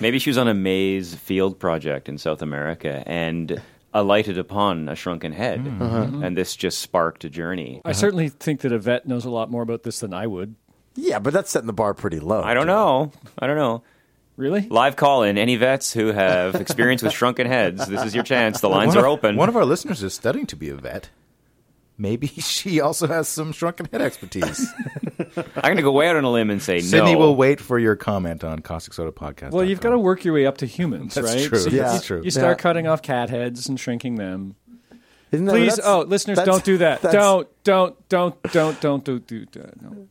S7: Maybe she was on a maize field project in South America and alighted upon a shrunken head,
S5: Mm-hmm.
S7: and this just sparked a journey.
S3: Uh-huh.
S6: I certainly think that a vet knows a lot more about this than I would.
S5: Yeah, but that's setting the bar pretty low.
S7: I don't know. I don't know.
S6: Really?
S7: Live call in any vets who have experience with shrunken heads. This is your chance. The lines
S3: one
S7: are
S3: of,
S7: open.
S3: One of our listeners is studying to be a vet. Maybe she also has some shrunken head expertise.
S7: I'm going to go way out on a limb and say
S3: Sydney
S7: no.
S3: will wait for your comment on Caustic Soda Podcast.
S6: Well, you've got to work your way up to humans,
S3: That's
S6: right?
S3: true.
S6: So you-
S5: That's
S6: you,
S3: true.
S6: You start
S5: Yeah.
S6: cutting off cat heads and shrinking them.
S5: Isn't that-
S6: Please,
S5: that's-
S6: oh, listeners,
S5: that's-
S6: don't do that.
S5: that's-
S6: Don't, don't, don't, don't, don't do, do that. No.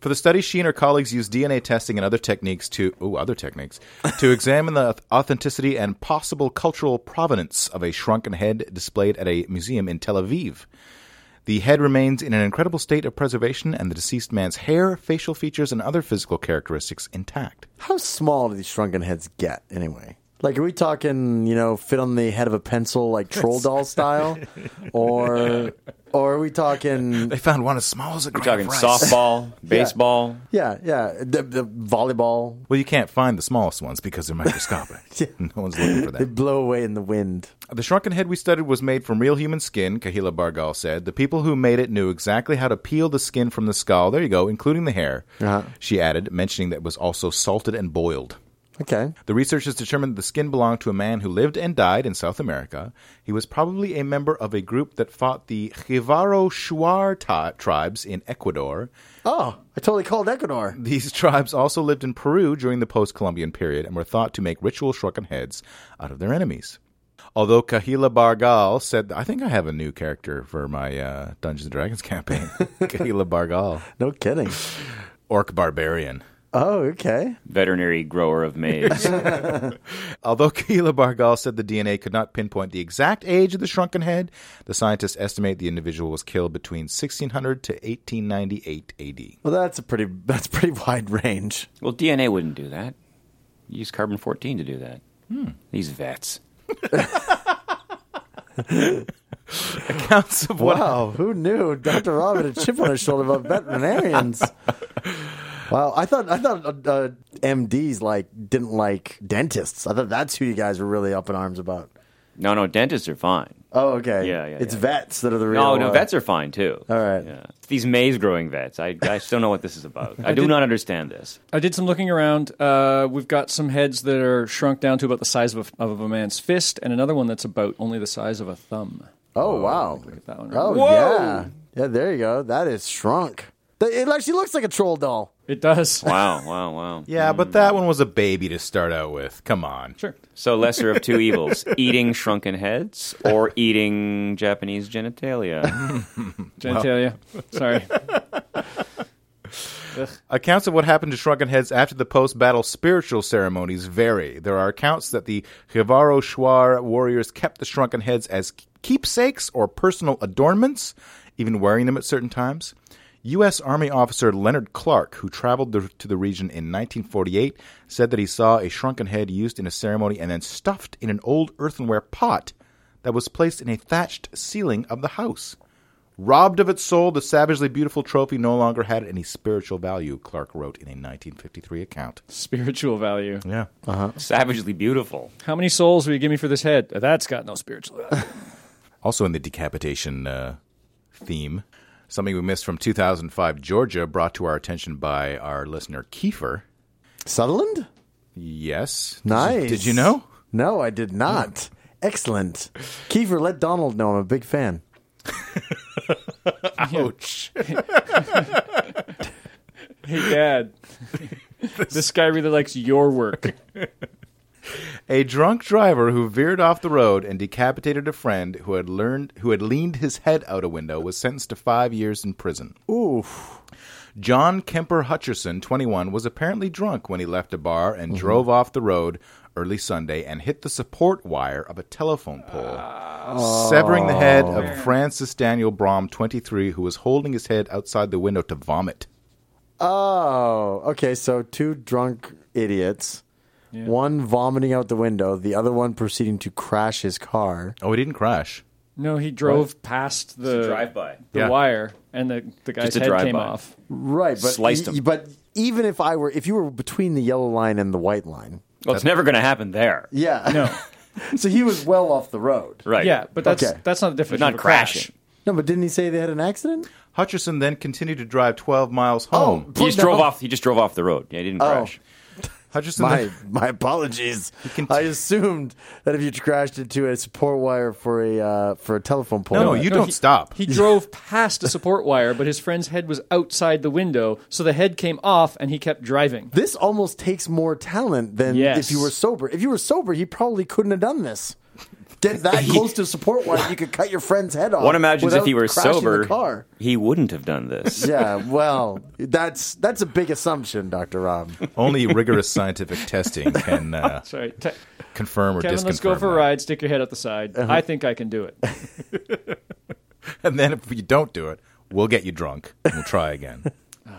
S3: For the study, she and her colleagues used DNA testing and other techniques to ooh, other techniques to examine the authenticity and possible cultural provenance of a shrunken head displayed at a museum in Tel Aviv. The head remains in an incredible state of preservation, and the deceased man's hair, facial features, and other physical characteristics intact.
S5: How small do these shrunken heads get anyway? Like, are we talking, you know, fit on the head of a pencil, like troll doll style, or or are we talking?
S3: They found one as small as a grain
S7: Talking
S3: of rice.
S7: softball, baseball.
S5: Yeah, yeah, the, the volleyball.
S3: Well, you can't find the smallest ones because they're microscopic. No one's looking for that.
S5: They blow away in the wind.
S3: The shrunken head we studied was made from real human skin, Kahila Bargal said. The people who made it knew exactly how to peel the skin from the skull. There you go, including the hair,
S5: Uh-huh.
S3: she added, mentioning that it was also salted and boiled.
S5: Okay,
S3: The researchers determined the skin belonged to a man who lived and died in South America. He was probably a member of a group that fought the Jivaro Shuar ta- tribes in Ecuador.
S5: Oh, I totally called Ecuador.
S3: These tribes also lived in Peru during the post Columbian period and were thought to make ritual shrunken heads out of their enemies. Although Kahila Bargal said, I think I have a new character for my uh, Dungeons and Dragons campaign Kahila Bargal,
S5: No kidding.
S3: Orc Barbarian.
S5: Oh, okay.
S7: Veterinary grower of maize.
S3: Although Kahila Bargal said the DNA could not pinpoint the exact age of the shrunken head, the scientists estimate the individual was killed between 1600 to 1898 AD.
S5: Well, that's a pretty that's a pretty wide range.
S7: well, DNA wouldn't do that. You Use carbon fourteen to do that.
S3: Hmm.
S7: These vets.
S3: Counts of what
S5: Wow, who knew Dr. Rob had a chip on his shoulder about veterinarians? Wow, I thought I thought uh, uh, MDs like didn't like dentists. I thought that's who you guys were really up in arms about.
S7: No, no, dentists are fine.
S5: Oh, okay.
S7: Yeah, yeah,
S5: It's
S7: yeah.
S5: vets that are the real.
S7: No, no,
S5: uh,
S7: vets are fine too.
S5: All right.
S7: Yeah. It's these maize growing vets. I, I still know what this is about. I do not understand this.
S6: I did some looking around. Uh, we've got some heads that are shrunk down to about the size of a, of a man's fist, and another one that's about only the size of a thumb.
S5: Oh wow.
S6: That one.
S5: Oh
S6: Whoa!
S5: yeah. Yeah, there you go. That is shrunk. That- It actually looks like a troll doll.
S6: It does.
S7: Wow, wow, wow.
S3: Yeah, but that one was a baby to start out with. Come on.
S6: Sure.
S7: So lesser of two evils: eating shrunken heads or eating Japanese genitalia.
S6: Genitalia. Sorry.
S3: Accounts of what happened to shrunken heads after the post battle spiritual ceremonies vary. There are accounts that the Jivaro Shuar warriors kept the shrunken heads as keepsakes or personal adornments, even wearing them at certain times. U.S. Army officer Leonard Clark, who traveled the, to the region in 1948, said that he saw a shrunken head used in a ceremony and then stuffed in an old earthenware pot that was placed in a thatched ceiling of the house. Robbed of its soul, the savagely beautiful trophy no longer had any spiritual value, Clark wrote in a 1953 account.
S6: Spiritual value.
S3: Yeah.
S7: Savagely beautiful.
S6: How many souls will you give me for this head? That's got no spiritual value.
S3: Also in the decapitation uh, theme, something we missed from 2005 Georgia, brought to our attention by our listener Kiefer.
S5: Sutherland?
S3: Yes. Did you-
S5: Nice.
S3: Did you know?
S5: No, I did not. Excellent. Kiefer, let Donald know I'm a big fan.
S3: Ouch.
S6: Hey, Dad. this guy really likes your work.
S3: A drunk driver who veered off the road and decapitated a friend who had learned who had leaned his head out a window was sentenced to five years in prison. Oof. John Kemper Hutcherson, 21, was apparently drunk when he left a bar and drove off the road early Sunday and hit the support wire of a telephone pole, severing the head of Francis Daniel Brom, 23, who was holding his head outside the window to vomit.
S5: Oh, okay. So two drunk idiots, one vomiting out the window, the other one proceeding to crash his car.
S3: Oh, he didn't crash.
S6: No, he drove past the
S7: drive-by.
S6: the
S3: Yeah.
S6: wire, and the, the guy's
S7: Just a
S6: head came
S7: drive-by.
S6: off.
S5: Right, but e-
S7: Sliced him.
S5: But even if I were, if you were between the yellow line and the white line,
S7: Well, it's never going to happen there.
S5: yeah.
S6: No.
S5: so he was well off the road.
S7: Right.
S6: Yeah, but that's
S5: Okay.
S6: that's not the difference.
S7: But not
S6: of a crash.
S7: crashing.
S5: No, but didn't he say they had an accident?
S3: Hutcherson then continued to drive 12 miles home.
S7: He just
S5: No. Oh,
S7: drove off. He just drove off the road. Yeah, he didn't crash.
S3: Hutcherson
S5: My
S3: then-
S5: my apologies.
S3: can-
S5: I assumed that if you crashed into a support wire for a uh, for a telephone pole,
S3: No, you
S6: No,
S3: don't
S6: he-
S3: stop.
S6: He drove past a support wire, but his friend's head was outside the window, so the head came off, and he kept driving.
S5: this almost takes more talent than
S6: Yes.
S5: if you were sober. If you were sober, he probably couldn't have done this. Get that close to support wire, you could cut your friend's head off.
S7: One imagines if
S5: oh. without
S7: he were
S5: crashing the
S7: sober,
S5: car.
S7: he wouldn't have done this.
S5: Yeah, well, that's that's a big assumption, Doctor Rob.
S3: Only rigorous scientific testing can uh,
S6: Sorry, Te-
S3: confirm or
S6: Kevin.
S3: disconfirm.
S6: Let's go for a
S3: that.
S6: ride. Stick your head out the side.
S7: Uh-huh.
S6: I think I can do it.
S3: And then if you don't do it, we'll get you drunk and we'll try again.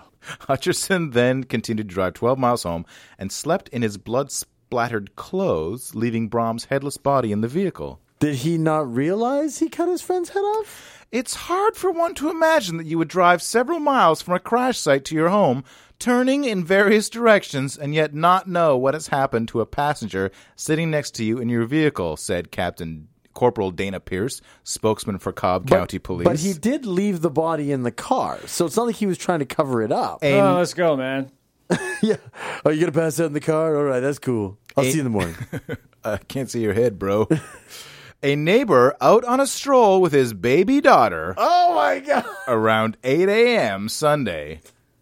S3: Hutcherson then continued to drive 12 miles home and slept in his blood splattered clothes, leaving Brom's headless body in the vehicle.
S5: Did he not realize he cut his friend's head off?
S3: It's hard for one to imagine that you would drive several miles from a crash site to your home, turning in various directions, and yet not know what has happened to a passenger sitting next to you in your vehicle, said Captain Corporal Dana Pierce, spokesman for Cobb County Police.
S5: But he did leave the body in the car, so it's not like he was trying to cover it up.
S3: A-
S6: Oh, let's go, man.
S5: yeah. Are you gonna pass out in the car? All right, that's cool. I'll see you in the morning.
S3: I can't see your head, bro. a neighbor out on a stroll with his baby daughter
S5: oh my god!
S3: around 8 a.m. Sunday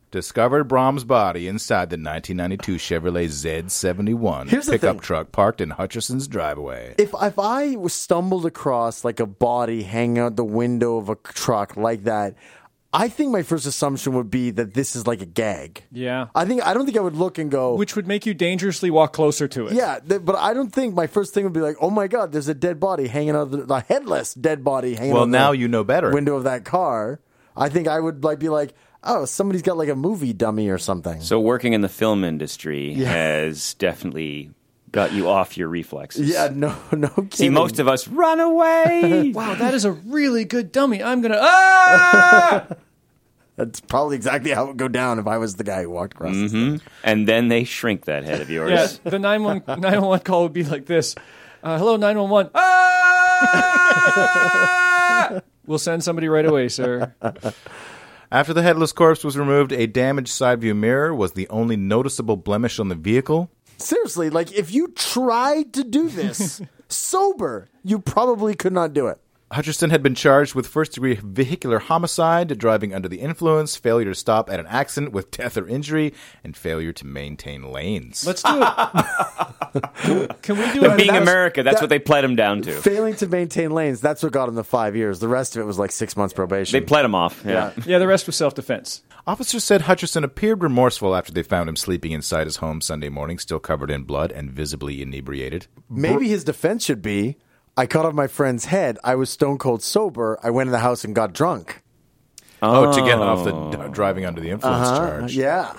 S3: discovered Brom's body inside the 1992 Chevrolet Z71
S5: Here's the
S3: pickup
S5: thing.
S3: truck parked in Hutcherson's driveway.
S5: If if I was stumbled across like a body hanging out the window of a truck like that, I think my first assumption would be that this is like a gag.
S6: Yeah.
S5: I think I don't think I would look and go.
S6: Which would make you dangerously walk closer to it.
S5: yeah, th- but I don't think my first thing would be like, "Oh my God, there's a dead body hanging out the, the headless dead body hanging."
S3: Well,
S5: out
S3: now
S5: the
S3: you know better.
S5: Window of that car. I think I would like be like, "Oh, somebody's got like a movie dummy or something."
S7: So working in the film industry has definitely got you off your reflexes.
S5: yeah, no, no. Kidding.
S7: See, most of us run away.
S6: Wow, that is a really good dummy. I'm gonna. Ah!
S5: that's probably exactly how it would go down if I was the guy who walked across.
S3: Mm-hmm.
S5: this thing.
S7: and then they shrink that head of yours.
S6: yeah, the 911 911 call would be like this. Uh, hello, 911. Ah! we'll send somebody right away, sir.
S3: After the headless corpse was removed, a damaged side view mirror was the only noticeable blemish on the vehicle.
S5: Seriously, like if you tried to do this sober, you probably could not do it.
S3: Hutcherson had been charged with first degree vehicular homicide, driving under the influence, failure to stop at an accident with death or injury, and failure to maintain lanes.
S6: Let's do it. Can we do
S7: But
S6: it?
S7: being
S5: that was-
S7: America, that's
S5: that-
S7: what they pled him down to.
S5: Failing to maintain lanes, that's what got him the five years. The rest of it was like six months probation.
S7: They pled him off. Yeah.
S6: Yeah, the rest was self defense.
S3: Officers said Hutcherson appeared remorseful after they found him sleeping inside his home Sunday morning, still covered in blood and visibly inebriated.
S5: Maybe his defense should be I cut off my friend's head. I was stone cold sober. I went in the house and got drunk.
S3: Oh, to get off the d- driving under the influence charge.
S5: Yeah.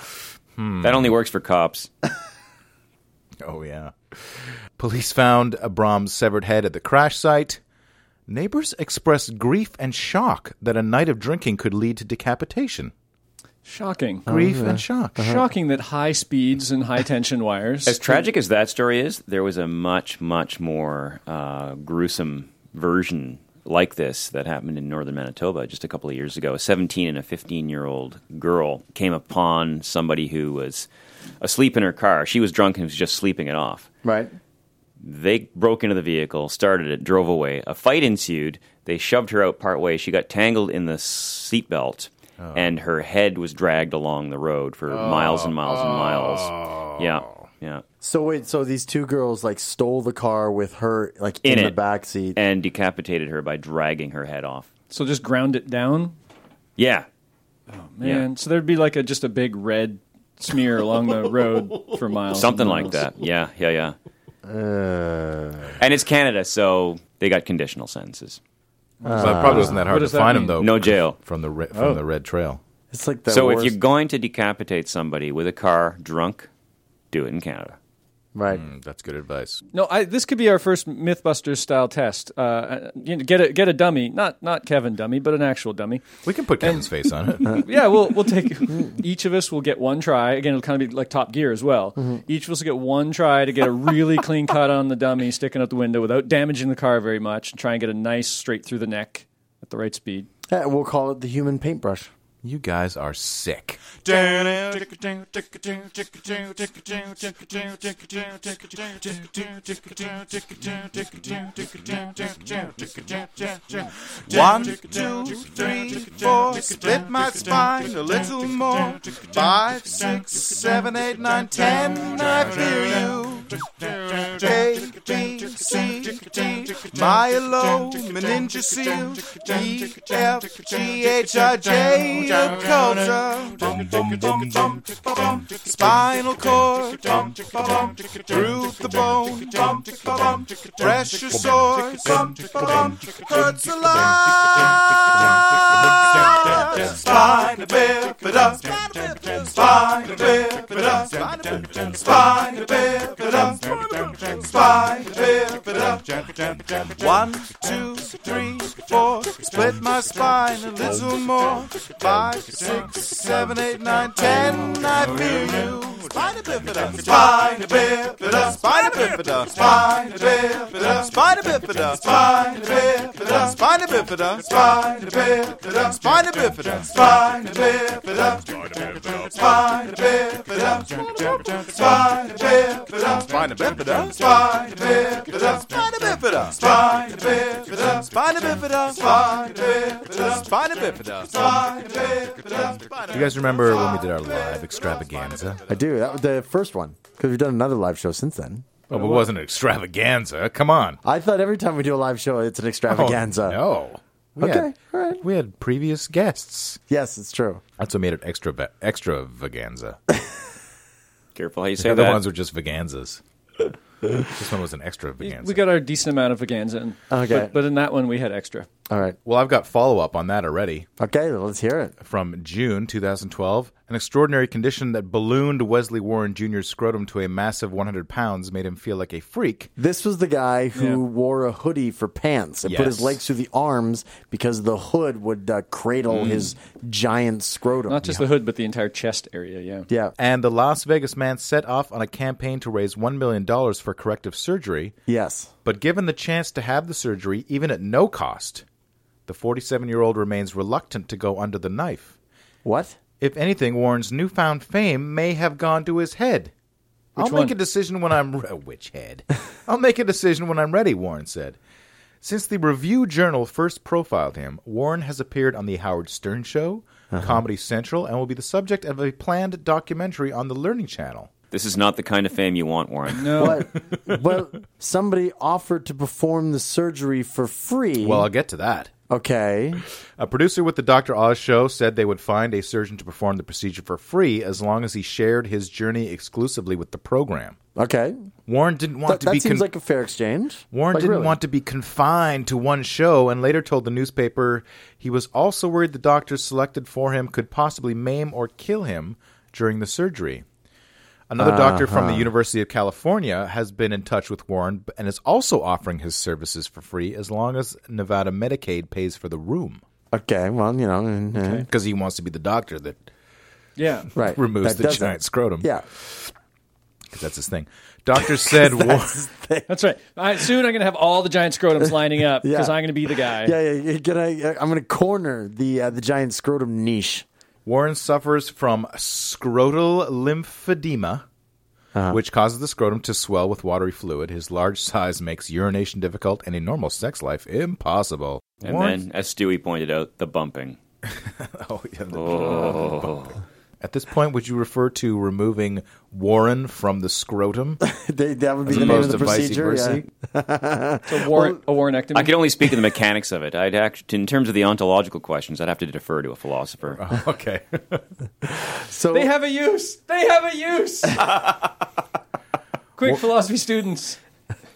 S7: That only works for cops.
S3: Oh, yeah. Police found Abram's severed head at the crash site. Neighbors expressed grief and shock that a night of drinking could lead to decapitation.
S6: Shocking.
S3: Grief and shock.
S6: Shocking that high speeds and high tension wires.
S7: As tragic as that story is, there was a much, much more uh, gruesome version like this that happened in northern Manitoba just a couple of years ago. A 17 and a 15 year old girl came upon somebody who was asleep in her car. She was drunk and was just sleeping it off.
S5: Right.
S7: They broke into the vehicle, started it, drove away. A fight ensued. They shoved her out partway. She got tangled in the seatbelt, and her head was dragged along the road for miles and miles and miles. Yeah, yeah.
S5: So wait, so these two girls like stole the car with her like in,
S7: In
S5: the
S7: it.
S5: back seat.
S7: And decapitated her by dragging her head off.
S6: so just ground it down.
S7: Yeah.
S6: Man, so there'd be like a just a big red smear along the road for miles. and
S7: Something like
S6: miles.
S7: that. Yeah, yeah, yeah.
S3: Uh.
S7: And it's Canada, so they got conditional sentences.
S3: So it probably wasn't that hard
S6: Uh, What
S3: to
S6: does that
S3: find him,
S6: mean? Oh.
S3: though.
S7: No jail.
S3: From the, re- from the Red Trail.
S5: It's like the
S7: so
S5: worst.
S7: if you're going to decapitate somebody with a car drunk, do it in Canada.
S5: right.
S7: Hmm.
S6: Mm,
S3: That's good advice.
S6: No, I, this could be our first MythBusters style test. Uh, you know, get a get a dummy, not not Kevin dummy, but an actual dummy.
S3: We can put Kevin's face on it.
S6: Yeah, we'll we'll take each of us will get one try. Again, it'll kind of be like Top Gear as well.
S5: Mm-hmm.
S6: Each of us will get one try to get a really clean cut on the dummy sticking out the window without damaging the car very much, and try and get a nice straight through the neck at the right speed.
S5: Yeah, we'll call it the human paintbrush.
S3: you guys are sick.
S4: One, two, three, four. Split my spine a little more. Five, six, seven, eight, nine, ten. I feel you. Milo, meningocele, EFGHIJ, Dakota, spinal cord, through the bone, pressure source, hurts a lot. Spina bifida, spina bifida, spina bifida, spina bifida. One, two, three, four. Split my spine a little more. Five, six, seven, eight, nine, ten. I feel you. Spina bifida, spina bifida, spina bifida, spina bifida, spina bifida, spina bifida, spina bifida, spina bifida, spina bifida, spina bifida, spina bifida, spina bifida, spina bifida, spina bifida, spina bifida, spina bifida, spina bifida, spina bifida, spina bifida, spina bifida.
S3: Do you guys remember when we did our live extravaganza?
S5: I do. That was the first one because we've done another live show since then.
S3: Oh, but it wasn't an extravaganza. Come on.
S5: I thought every time we do a live show, it's an extravaganza.
S3: Oh, no. We
S5: Okay,
S3: had-
S5: all right.
S3: We had previous guests.
S5: Yes, it's true.
S3: That's what made it extra extravaganza.
S7: Careful how you
S3: The
S7: say
S3: other
S7: that.
S3: ones were just vaganzas. this one was an extravaganza.
S6: We got our decent amount of vaganza. In,
S5: Okay.
S6: But, but in that one, we had extra.
S5: All right.
S3: well, I've got follow up on that already
S5: Okay, well, let's hear it.
S3: from June 2012. An extraordinary condition that ballooned Wesley Warren Jr.'s scrotum to a massive 100 pounds made him feel like a freak.
S5: This was the guy who
S6: Yeah.
S5: wore a hoodie for pants and put his
S3: Yes.
S5: legs through the arms because the hood would uh, cradle
S3: Mm.
S5: his giant scrotum.
S6: Not just the hood, but the entire chest area. Yeah.
S5: yeah.
S3: And the Las Vegas man set off on a campaign to raise $1 million for corrective surgery.
S5: Yes.
S3: But given the chance to have the surgery, even at no cost, the 47 year old remains reluctant to go under the knife.
S5: What?
S3: If anything, Warren's newfound fame may have gone to his head. I'll
S6: one?
S3: make a decision when I'm re- which head. I'll make a decision when I'm ready, Warren said. Since the Review Journal first profiled him, Warren has appeared on the Howard Stern show, Comedy Central, and will be the subject of a planned documentary on the Learning Channel.
S7: This is not the kind of fame you want, Warren.
S3: Oh.
S5: What? well, somebody offered to perform the surgery for free.
S3: Well, I'll get to that.
S5: okay.
S3: A producer with the Dr. Oz show said they would find a surgeon to perform the procedure for free as long as he shared his journey exclusively with the program.
S5: Okay.
S3: Warren didn't
S5: Th-
S3: want to
S5: that
S3: be
S5: seems
S3: con-
S5: like a fair exchange.
S3: Warren
S5: Like,
S3: didn't
S5: really.
S3: want to be confined to one show and later told the newspaper he was also worried the doctors selected for him could possibly maim or kill him during the surgery. Another doctor from
S5: Uh-huh.
S3: the University of California has been in touch with Warren b- and is also offering his services for free as long as Nevada Medicaid pays for the room
S5: Okay. Well, you know. eh,
S3: because he wants to be the doctor that
S6: Yeah.
S5: Right.
S3: removes
S5: That
S3: the
S5: doesn't-
S3: giant scrotum.
S5: Yeah.
S3: because that's his thing. Doctors said Warren.
S6: That's right. All right. Soon I'm going to have all the giant scrotums lining up because
S5: Yeah.
S6: I'm going to be the guy.
S5: Yeah, yeah, you're gonna, I'm gonna corner the uh, the giant scrotum niche.
S3: Warren suffers from scrotal lymphedema,
S5: Uh-huh.
S3: which causes the scrotum to swell with watery fluid. His large size makes urination difficult and a normal sex life impossible.
S7: And
S3: Warren-
S7: then, as Stewie pointed out, the bumping.
S3: Oh, yeah, the-
S7: Oh,
S3: At this point, would you refer to removing Warren from the scrotum?
S5: They, that would be
S3: As
S5: the name
S3: opposed
S5: of the
S3: to vice
S5: procedure.
S3: versa?
S5: yeah.
S6: So warrant, a warrenectomy.
S7: I could only speak of the mechanics of it. I'd act in terms of the ontological questions. I'd have to defer to a philosopher.
S3: okay.
S5: So
S6: They have a use. They have a use. Quick, philosophy students.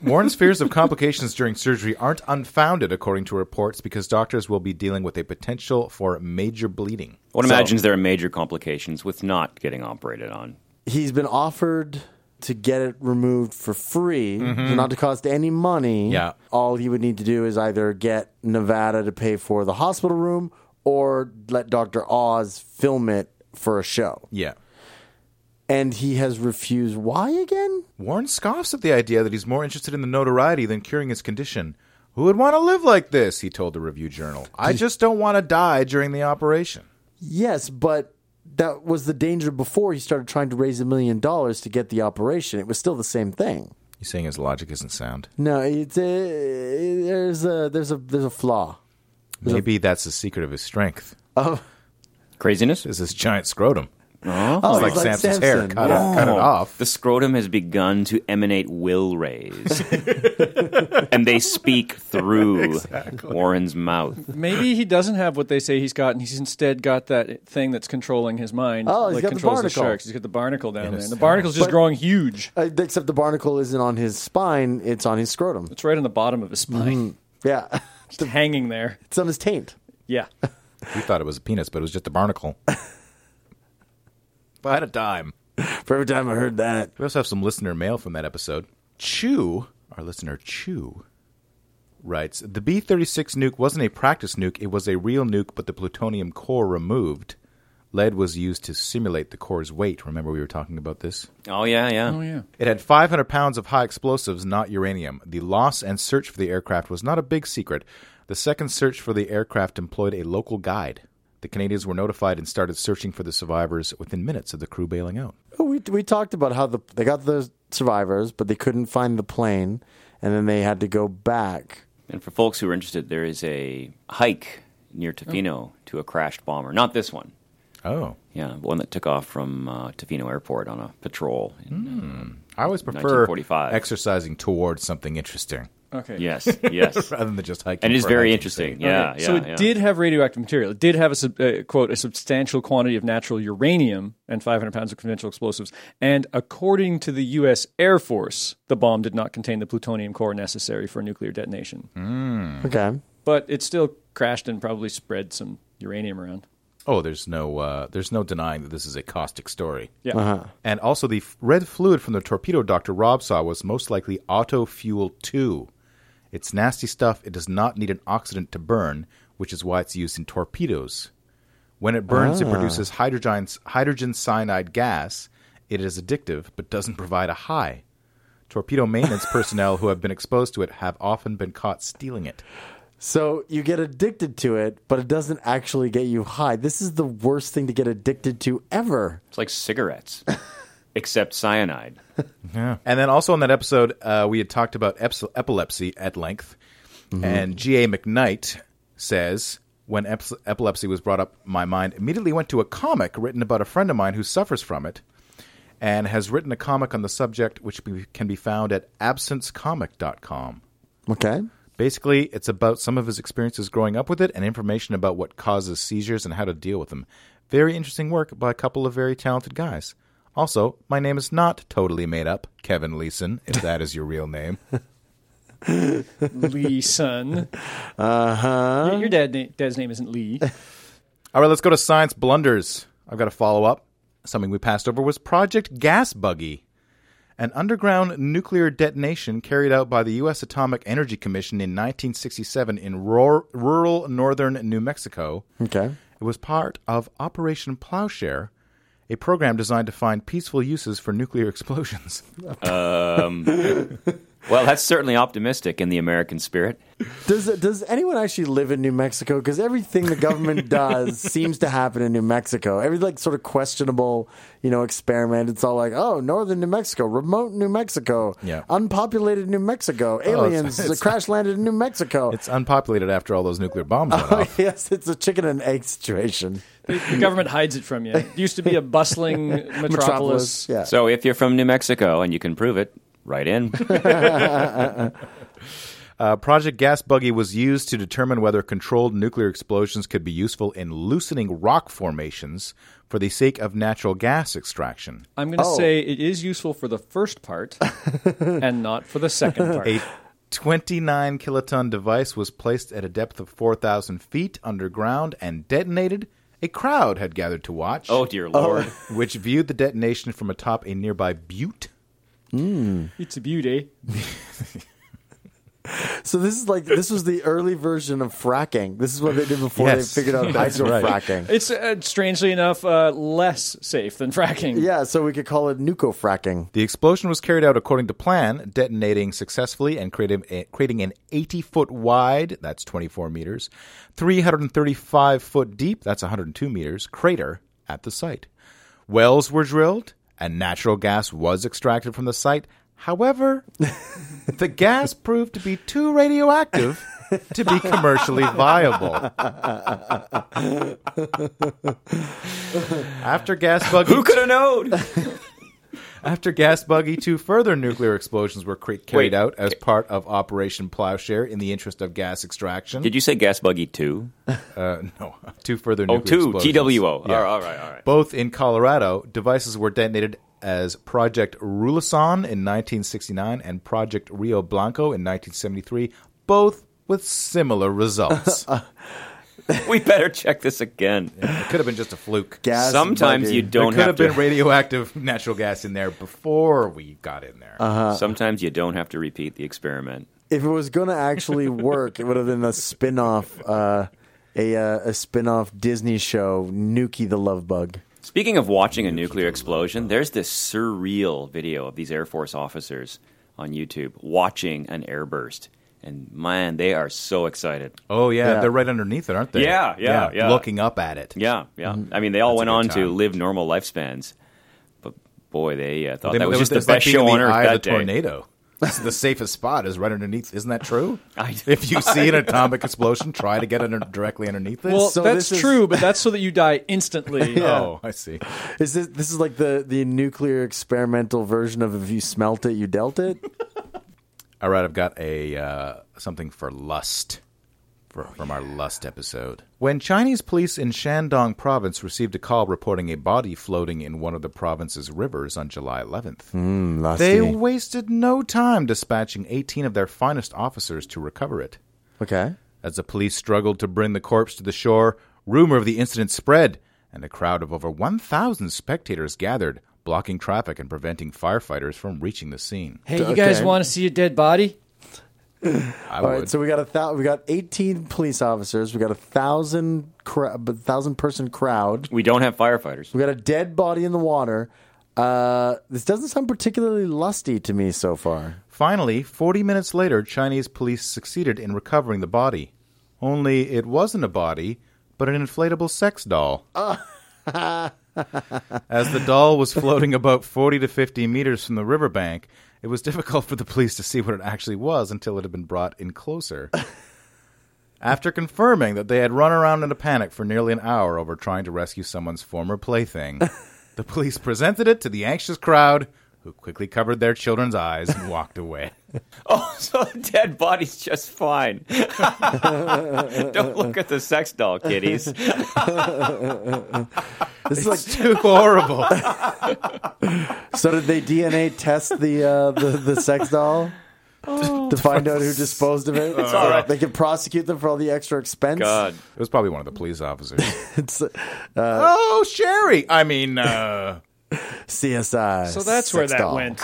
S3: Warren's fears of complications during surgery aren't unfounded, according to reports, because doctors will be dealing with a potential for major bleeding.
S7: One
S3: So-
S7: imagines there are major complications with not getting operated on.
S5: he's been offered to get it removed for free, so not to cost any money.
S3: Mm-hmm. Yeah.
S5: All he would need to do is either get Nevada to pay for the hospital room or let Dr. Oz film it for a show.
S3: Yeah.
S5: And he has refused. Why again?
S3: Warren scoffs at the idea that he's more interested in the notoriety than curing his condition. Who would want to live like this? He told the Review Journal. I just don't want to die during the operation.
S5: Yes, but that was the danger before he started trying to raise a million dollars to get the operation. It was still the same thing.
S3: He's saying his logic isn't sound.
S5: No, it's uh there's a there's a there's a flaw.
S3: Maybe that's the secret of his strength.
S7: Craziness?
S3: Is his giant scrotum?
S5: Oh,
S3: It's like
S5: he's
S3: Samson's hair.
S5: Samson.
S3: Cut, it, cut it off.
S7: The scrotum has begun to emanate will rays, and they speak through Warren's mouth.
S6: Maybe he doesn't have what they say he's got, and he's instead got that thing that's controlling his mind.
S5: Oh, he's
S6: like
S5: got the
S6: controls
S5: barnacle.
S6: sharks. He's got the barnacle down there.
S3: is.
S6: And the barnacle's just
S5: But-
S6: growing huge.
S5: Uh, except the barnacle isn't on his spine; it's on his scrotum.
S6: It's right on the bottom of his spine,
S5: Yeah,
S6: just hanging there.
S5: it's on his taint.
S6: Yeah.
S3: We thought it was a penis, but it was just a barnacle. But a dime.
S5: For every time I heard that,
S3: We also have some listener mail from that episode. Chew, our listener Chew, writes The B 36 nuke wasn't a practice nuke, it was a real nuke, but the plutonium core removed. Lead was used to simulate the core's weight. Remember, we were talking about this?
S7: Oh yeah, yeah.
S6: Oh, yeah.
S3: It had 500 pounds of high explosives, not uranium. The loss and search for the aircraft was not a big secret. The second search for the aircraft employed a local guide. The Canadians were notified and started searching for the survivors within minutes of the crew bailing out.
S5: Oh, we we talked about how the they got the survivors, but they couldn't find the plane, and then they had to go back.
S7: And for folks who are interested, there is a hike
S6: Oh.
S7: near Tofino to a crashed bomber. Not this one.
S3: Oh.
S7: Yeah, the one that took off from uh, Tofino Airport on a patrol. In,
S3: I always prefer
S7: 1945.
S3: exercising towards something interesting
S6: Okay.
S7: yes, yes.
S3: rather than just hiking.
S7: and it is
S3: for
S7: very
S3: hiking's
S7: interesting.
S3: sake.
S7: Yeah,
S6: Okay,
S7: yeah.
S6: so it
S7: yeah.
S6: did have radioactive material. It did have a sub, uh, quote a substantial quantity of natural uranium and 500 pounds of conventional explosives. And according to the U.S. Air Force, the bomb did not contain the plutonium core necessary for nuclear detonation.
S7: Hmm.
S5: Okay,
S6: But it still crashed and probably spread some uranium around.
S3: Oh, there's no, uh, there's no denying that this is a caustic story.
S6: Yeah.
S7: Uh-huh.
S3: And also, the f- red fluid from the torpedo Dr. Rob saw was most likely auto fuel 2. It's nasty stuff. It does not need an oxidant to burn, which is why it's used in torpedoes. When it burns, it produces hydrogen, hydrogen cyanide gas. It is addictive, but doesn't provide a high. Torpedo maintenance personnel who have been exposed to it have often been caught stealing it.
S5: so you get addicted to it, but it doesn't actually get you high. This is the worst thing to get addicted to ever.
S7: It's like cigarettes, except cyanide.
S3: And then also on that episode, uh, we had talked about eps- epilepsy at length. And G.A. McKnight says, when ep- epilepsy was brought up, my mind immediately went to a comic written about a friend of mine who suffers from it and has written a comic on the subject, which be- can be found at absencecomic.com.
S5: Okay,
S3: Basically, it's about some of his experiences growing up with it and information about what causes seizures and how to deal with them. Very interesting work by a couple of very talented guys. Also, my name is not totally made up, Kevin Leeson, if that is your real name.
S6: Lee son.
S7: Uh-huh.
S6: Uh huh. Your dad na- dad's name isn't Lee.
S3: All right, let's go to science blunders. I've got a follow up. Something we passed over was Project Gas Buggy, an underground nuclear detonation carried out by the U.S. Atomic Energy Commission in 1967 in rur- rural northern New Mexico.
S5: okay.
S3: It was part of Operation Plowshare, a program designed to find peaceful uses for nuclear explosions.
S7: Well, that's certainly optimistic in the American spirit.
S5: Does does anyone actually live in New Mexico? Because everything the government does seems to happen in New Mexico. Every like sort of questionable, you know, experiment. It's all like, oh, northern New Mexico, remote New Mexico,
S3: Yeah.
S5: unpopulated New Mexico, aliens
S3: it's-
S5: crash landed in New Mexico.
S3: It's unpopulated after all those nuclear bombs
S5: Oh,
S3: went off.
S5: yes, it's a chicken and egg situation.
S6: the government hides it from you. It used to be a bustling metropolis.
S5: Metropolis, yeah.
S7: So if you're from New Mexico and you can prove it, write in.
S3: Uh, Project Gas Buggy was used to determine whether controlled nuclear explosions could be useful in loosening rock formations for the sake of natural gas extraction.
S6: I'm
S5: Oh.
S6: going to say it is useful for the first part and not for the second part.
S3: A 29 kiloton device was placed at a depth of 4,000 feet underground and detonated. A crowd had gathered to watch.
S7: Oh dear lord.
S3: which viewed the detonation from atop a nearby butte.
S6: It's a beauty.
S5: So this is like this was the early version of fracking. This is what they did before
S3: Yes.
S5: they figured out hydrofracking. fracking.
S6: It's uh, strangely enough uh, less safe than fracking.
S5: Yeah, so we could call it nuco fracking.
S3: The explosion was carried out according to plan, detonating successfully and creating, a, creating an 80 foot wide, that's 24 meters, 335 foot deep, that's 102 meters, crater at the site. Wells were drilled and natural gas was extracted from the site. However, the gas proved to be too radioactive to be commercially viable. After gas buggy,
S7: Who could have known?
S3: after gas buggy, two further nuclear explosions were cre- carried
S7: Wait.
S3: out as part of Operation Plowshare in the interest of gas extraction.
S7: Did you say gas buggy two?
S3: no, two further
S7: Oh,
S3: nuclear
S7: two.
S3: explosions.
S7: TWO.
S3: Yeah.
S7: All right, all right, all right.
S3: Both in Colorado, devices were detonated as Project Rulasan in 1969 and Project Rio Blanco in 1973, both with similar results.
S7: We better check this again.
S3: it could have been just a fluke.
S5: Gas
S7: Sometimes
S5: buggy.
S7: you
S3: There
S7: don't
S3: could have
S7: have to.
S3: been radioactive natural gas in there before we got in there.
S7: sometimes you don't have to repeat the experiment.
S5: If it was going to actually work, it would have been a spin off, uh, a, uh, a spin off Disney show, Nuki the Love Bug.
S7: Speaking of watching a nuclear explosion, there's this surreal video of these Air Force officers on YouTube watching an airburst. And man, they are so excited.
S3: oh yeah,
S5: Yeah.
S3: they're right underneath it, aren't they?
S7: Yeah, yeah, yeah.
S3: looking up at it.
S7: Yeah, yeah. I mean, they all
S3: Mm-hmm. That's a
S7: went
S3: good
S7: on to
S3: time.
S7: live normal lifespans. But boy, they uh, thought
S3: They-
S7: that was
S3: there
S7: just the
S3: there's that
S7: best
S3: being in
S7: show on
S3: the
S7: earth
S3: eye
S7: that
S3: of the
S7: day.
S3: tornado. It's the safest spot is right underneath. Isn't that true?
S7: I-
S3: if you see an atomic explosion, try to get under, directly underneath it.
S6: Well,
S5: So
S6: that's
S5: this is-
S6: true, but that's so that you die instantly.
S3: Oh, I see.
S5: Is this, this is like the, the nuclear experimental version of if you smelt it, you dealt it?
S3: All right, I've got a uh, something for lust for, from our lust episode. When Chinese police in Shandong province received a call reporting a body floating in one of the province's rivers on July 11th, they
S5: Lusty.
S3: wasted no time dispatching 18 of their finest officers to recover it.
S5: Okay.
S3: As the police struggled to bring the corpse to the shore, rumor of the incident spread, and a crowd of over 1,000 spectators gathered, blocking traffic and preventing firefighters from reaching the scene.
S6: Hey, you guys
S5: Okay.
S6: want to see a dead body?
S3: I
S5: All
S3: would.
S5: right, so we got a thou- we got eighteen police officers. We got a thousand cra- a thousand person crowd.
S7: We don't have firefighters.
S5: We got a dead body in the water. Uh, this doesn't sound particularly lusty to me so far.
S3: Finally, 40 minutes later, Chinese police succeeded in recovering the body. Only it wasn't a body, but an inflatable sex doll. As the doll was floating about 40 to 50 meters from the riverbank, it was difficult for the police to see what it actually was until it had been brought in closer. After confirming that they had run around in a panic for nearly an hour over trying to rescue someone's former plaything, the police presented it to the anxious crowd, who quickly covered their children's eyes and walked away.
S7: Oh, so the dead body's just fine. don't look at the sex doll, kiddies.
S5: This is like
S3: Too horrible.
S5: so. Did they DNA test the uh, the, the sex doll
S6: Oh.
S5: to find out who disposed of it? It's
S7: all right.
S5: They can prosecute them for all the extra expense.
S7: God.
S3: It was probably one of the police officers.
S5: It's uh,
S3: oh, Sherry! I mean, uh,
S5: CSI.
S6: So that's where
S5: sex
S6: that
S5: doll.
S6: went.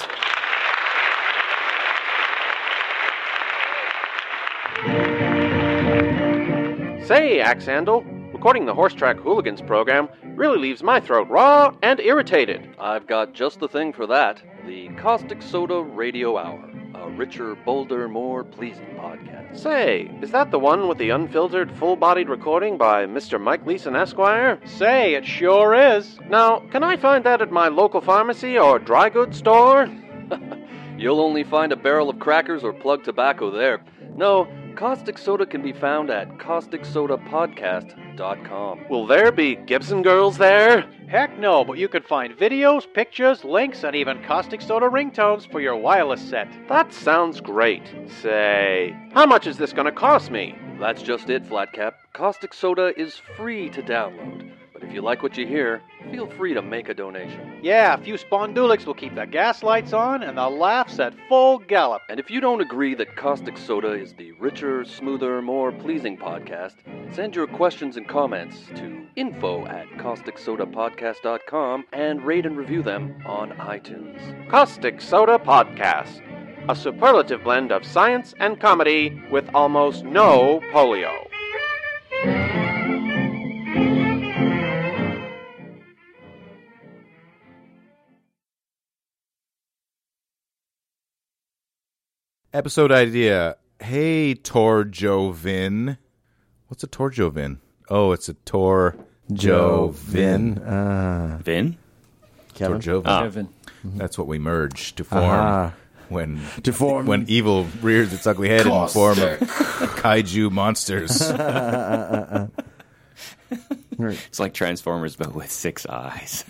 S8: Say, Axe Handle, recording the Horse Track Hooligans program really leaves my throat raw and irritated.
S4: I've got just the thing for that the Caustic Soda Radio Hour, a richer, bolder, more pleasing podcast.
S8: Say, is that the one with the unfiltered, full bodied recording by Mr. Mike Leeson Esquire? Say, it sure is. Now, can I find that at my local pharmacy or dry goods store?
S4: You'll only find a barrel of crackers or plug tobacco there. No, Caustic Soda can be found at causticsodapodcast.com.
S8: Will there be Gibson girls there?
S9: Heck no, but you can find videos, pictures, links, and even caustic soda ringtones for your wireless set.
S8: That sounds great. Say, how much is this gonna cost me?
S4: That's just it, Flatcap. Caustic Soda is free to download. But if you like what you hear, feel free to make a donation.
S9: Yeah, a few spondulics will keep the gas lights on and the laughs at full gallop.
S4: And if you don't agree that Caustic Soda is the richer, smoother, more pleasing podcast, send your questions and comments to info at causticsodapodcast.com and rate and review them on iTunes.
S8: Caustic Soda Podcast, a superlative blend of science and comedy with almost no polio.
S3: episode idea. Hey, Torjovin. What's a Torjovin? Oh, it's a Tor. Jovin.
S5: Uh,
S7: Vin?
S5: Kevin.
S3: Torjovin.
S6: Evan.
S3: That's what we merged to form
S5: Ah.
S3: when
S5: To form-
S3: when evil rears its ugly head in the form of kaiju monsters.
S7: It's like Transformers, but with six eyes.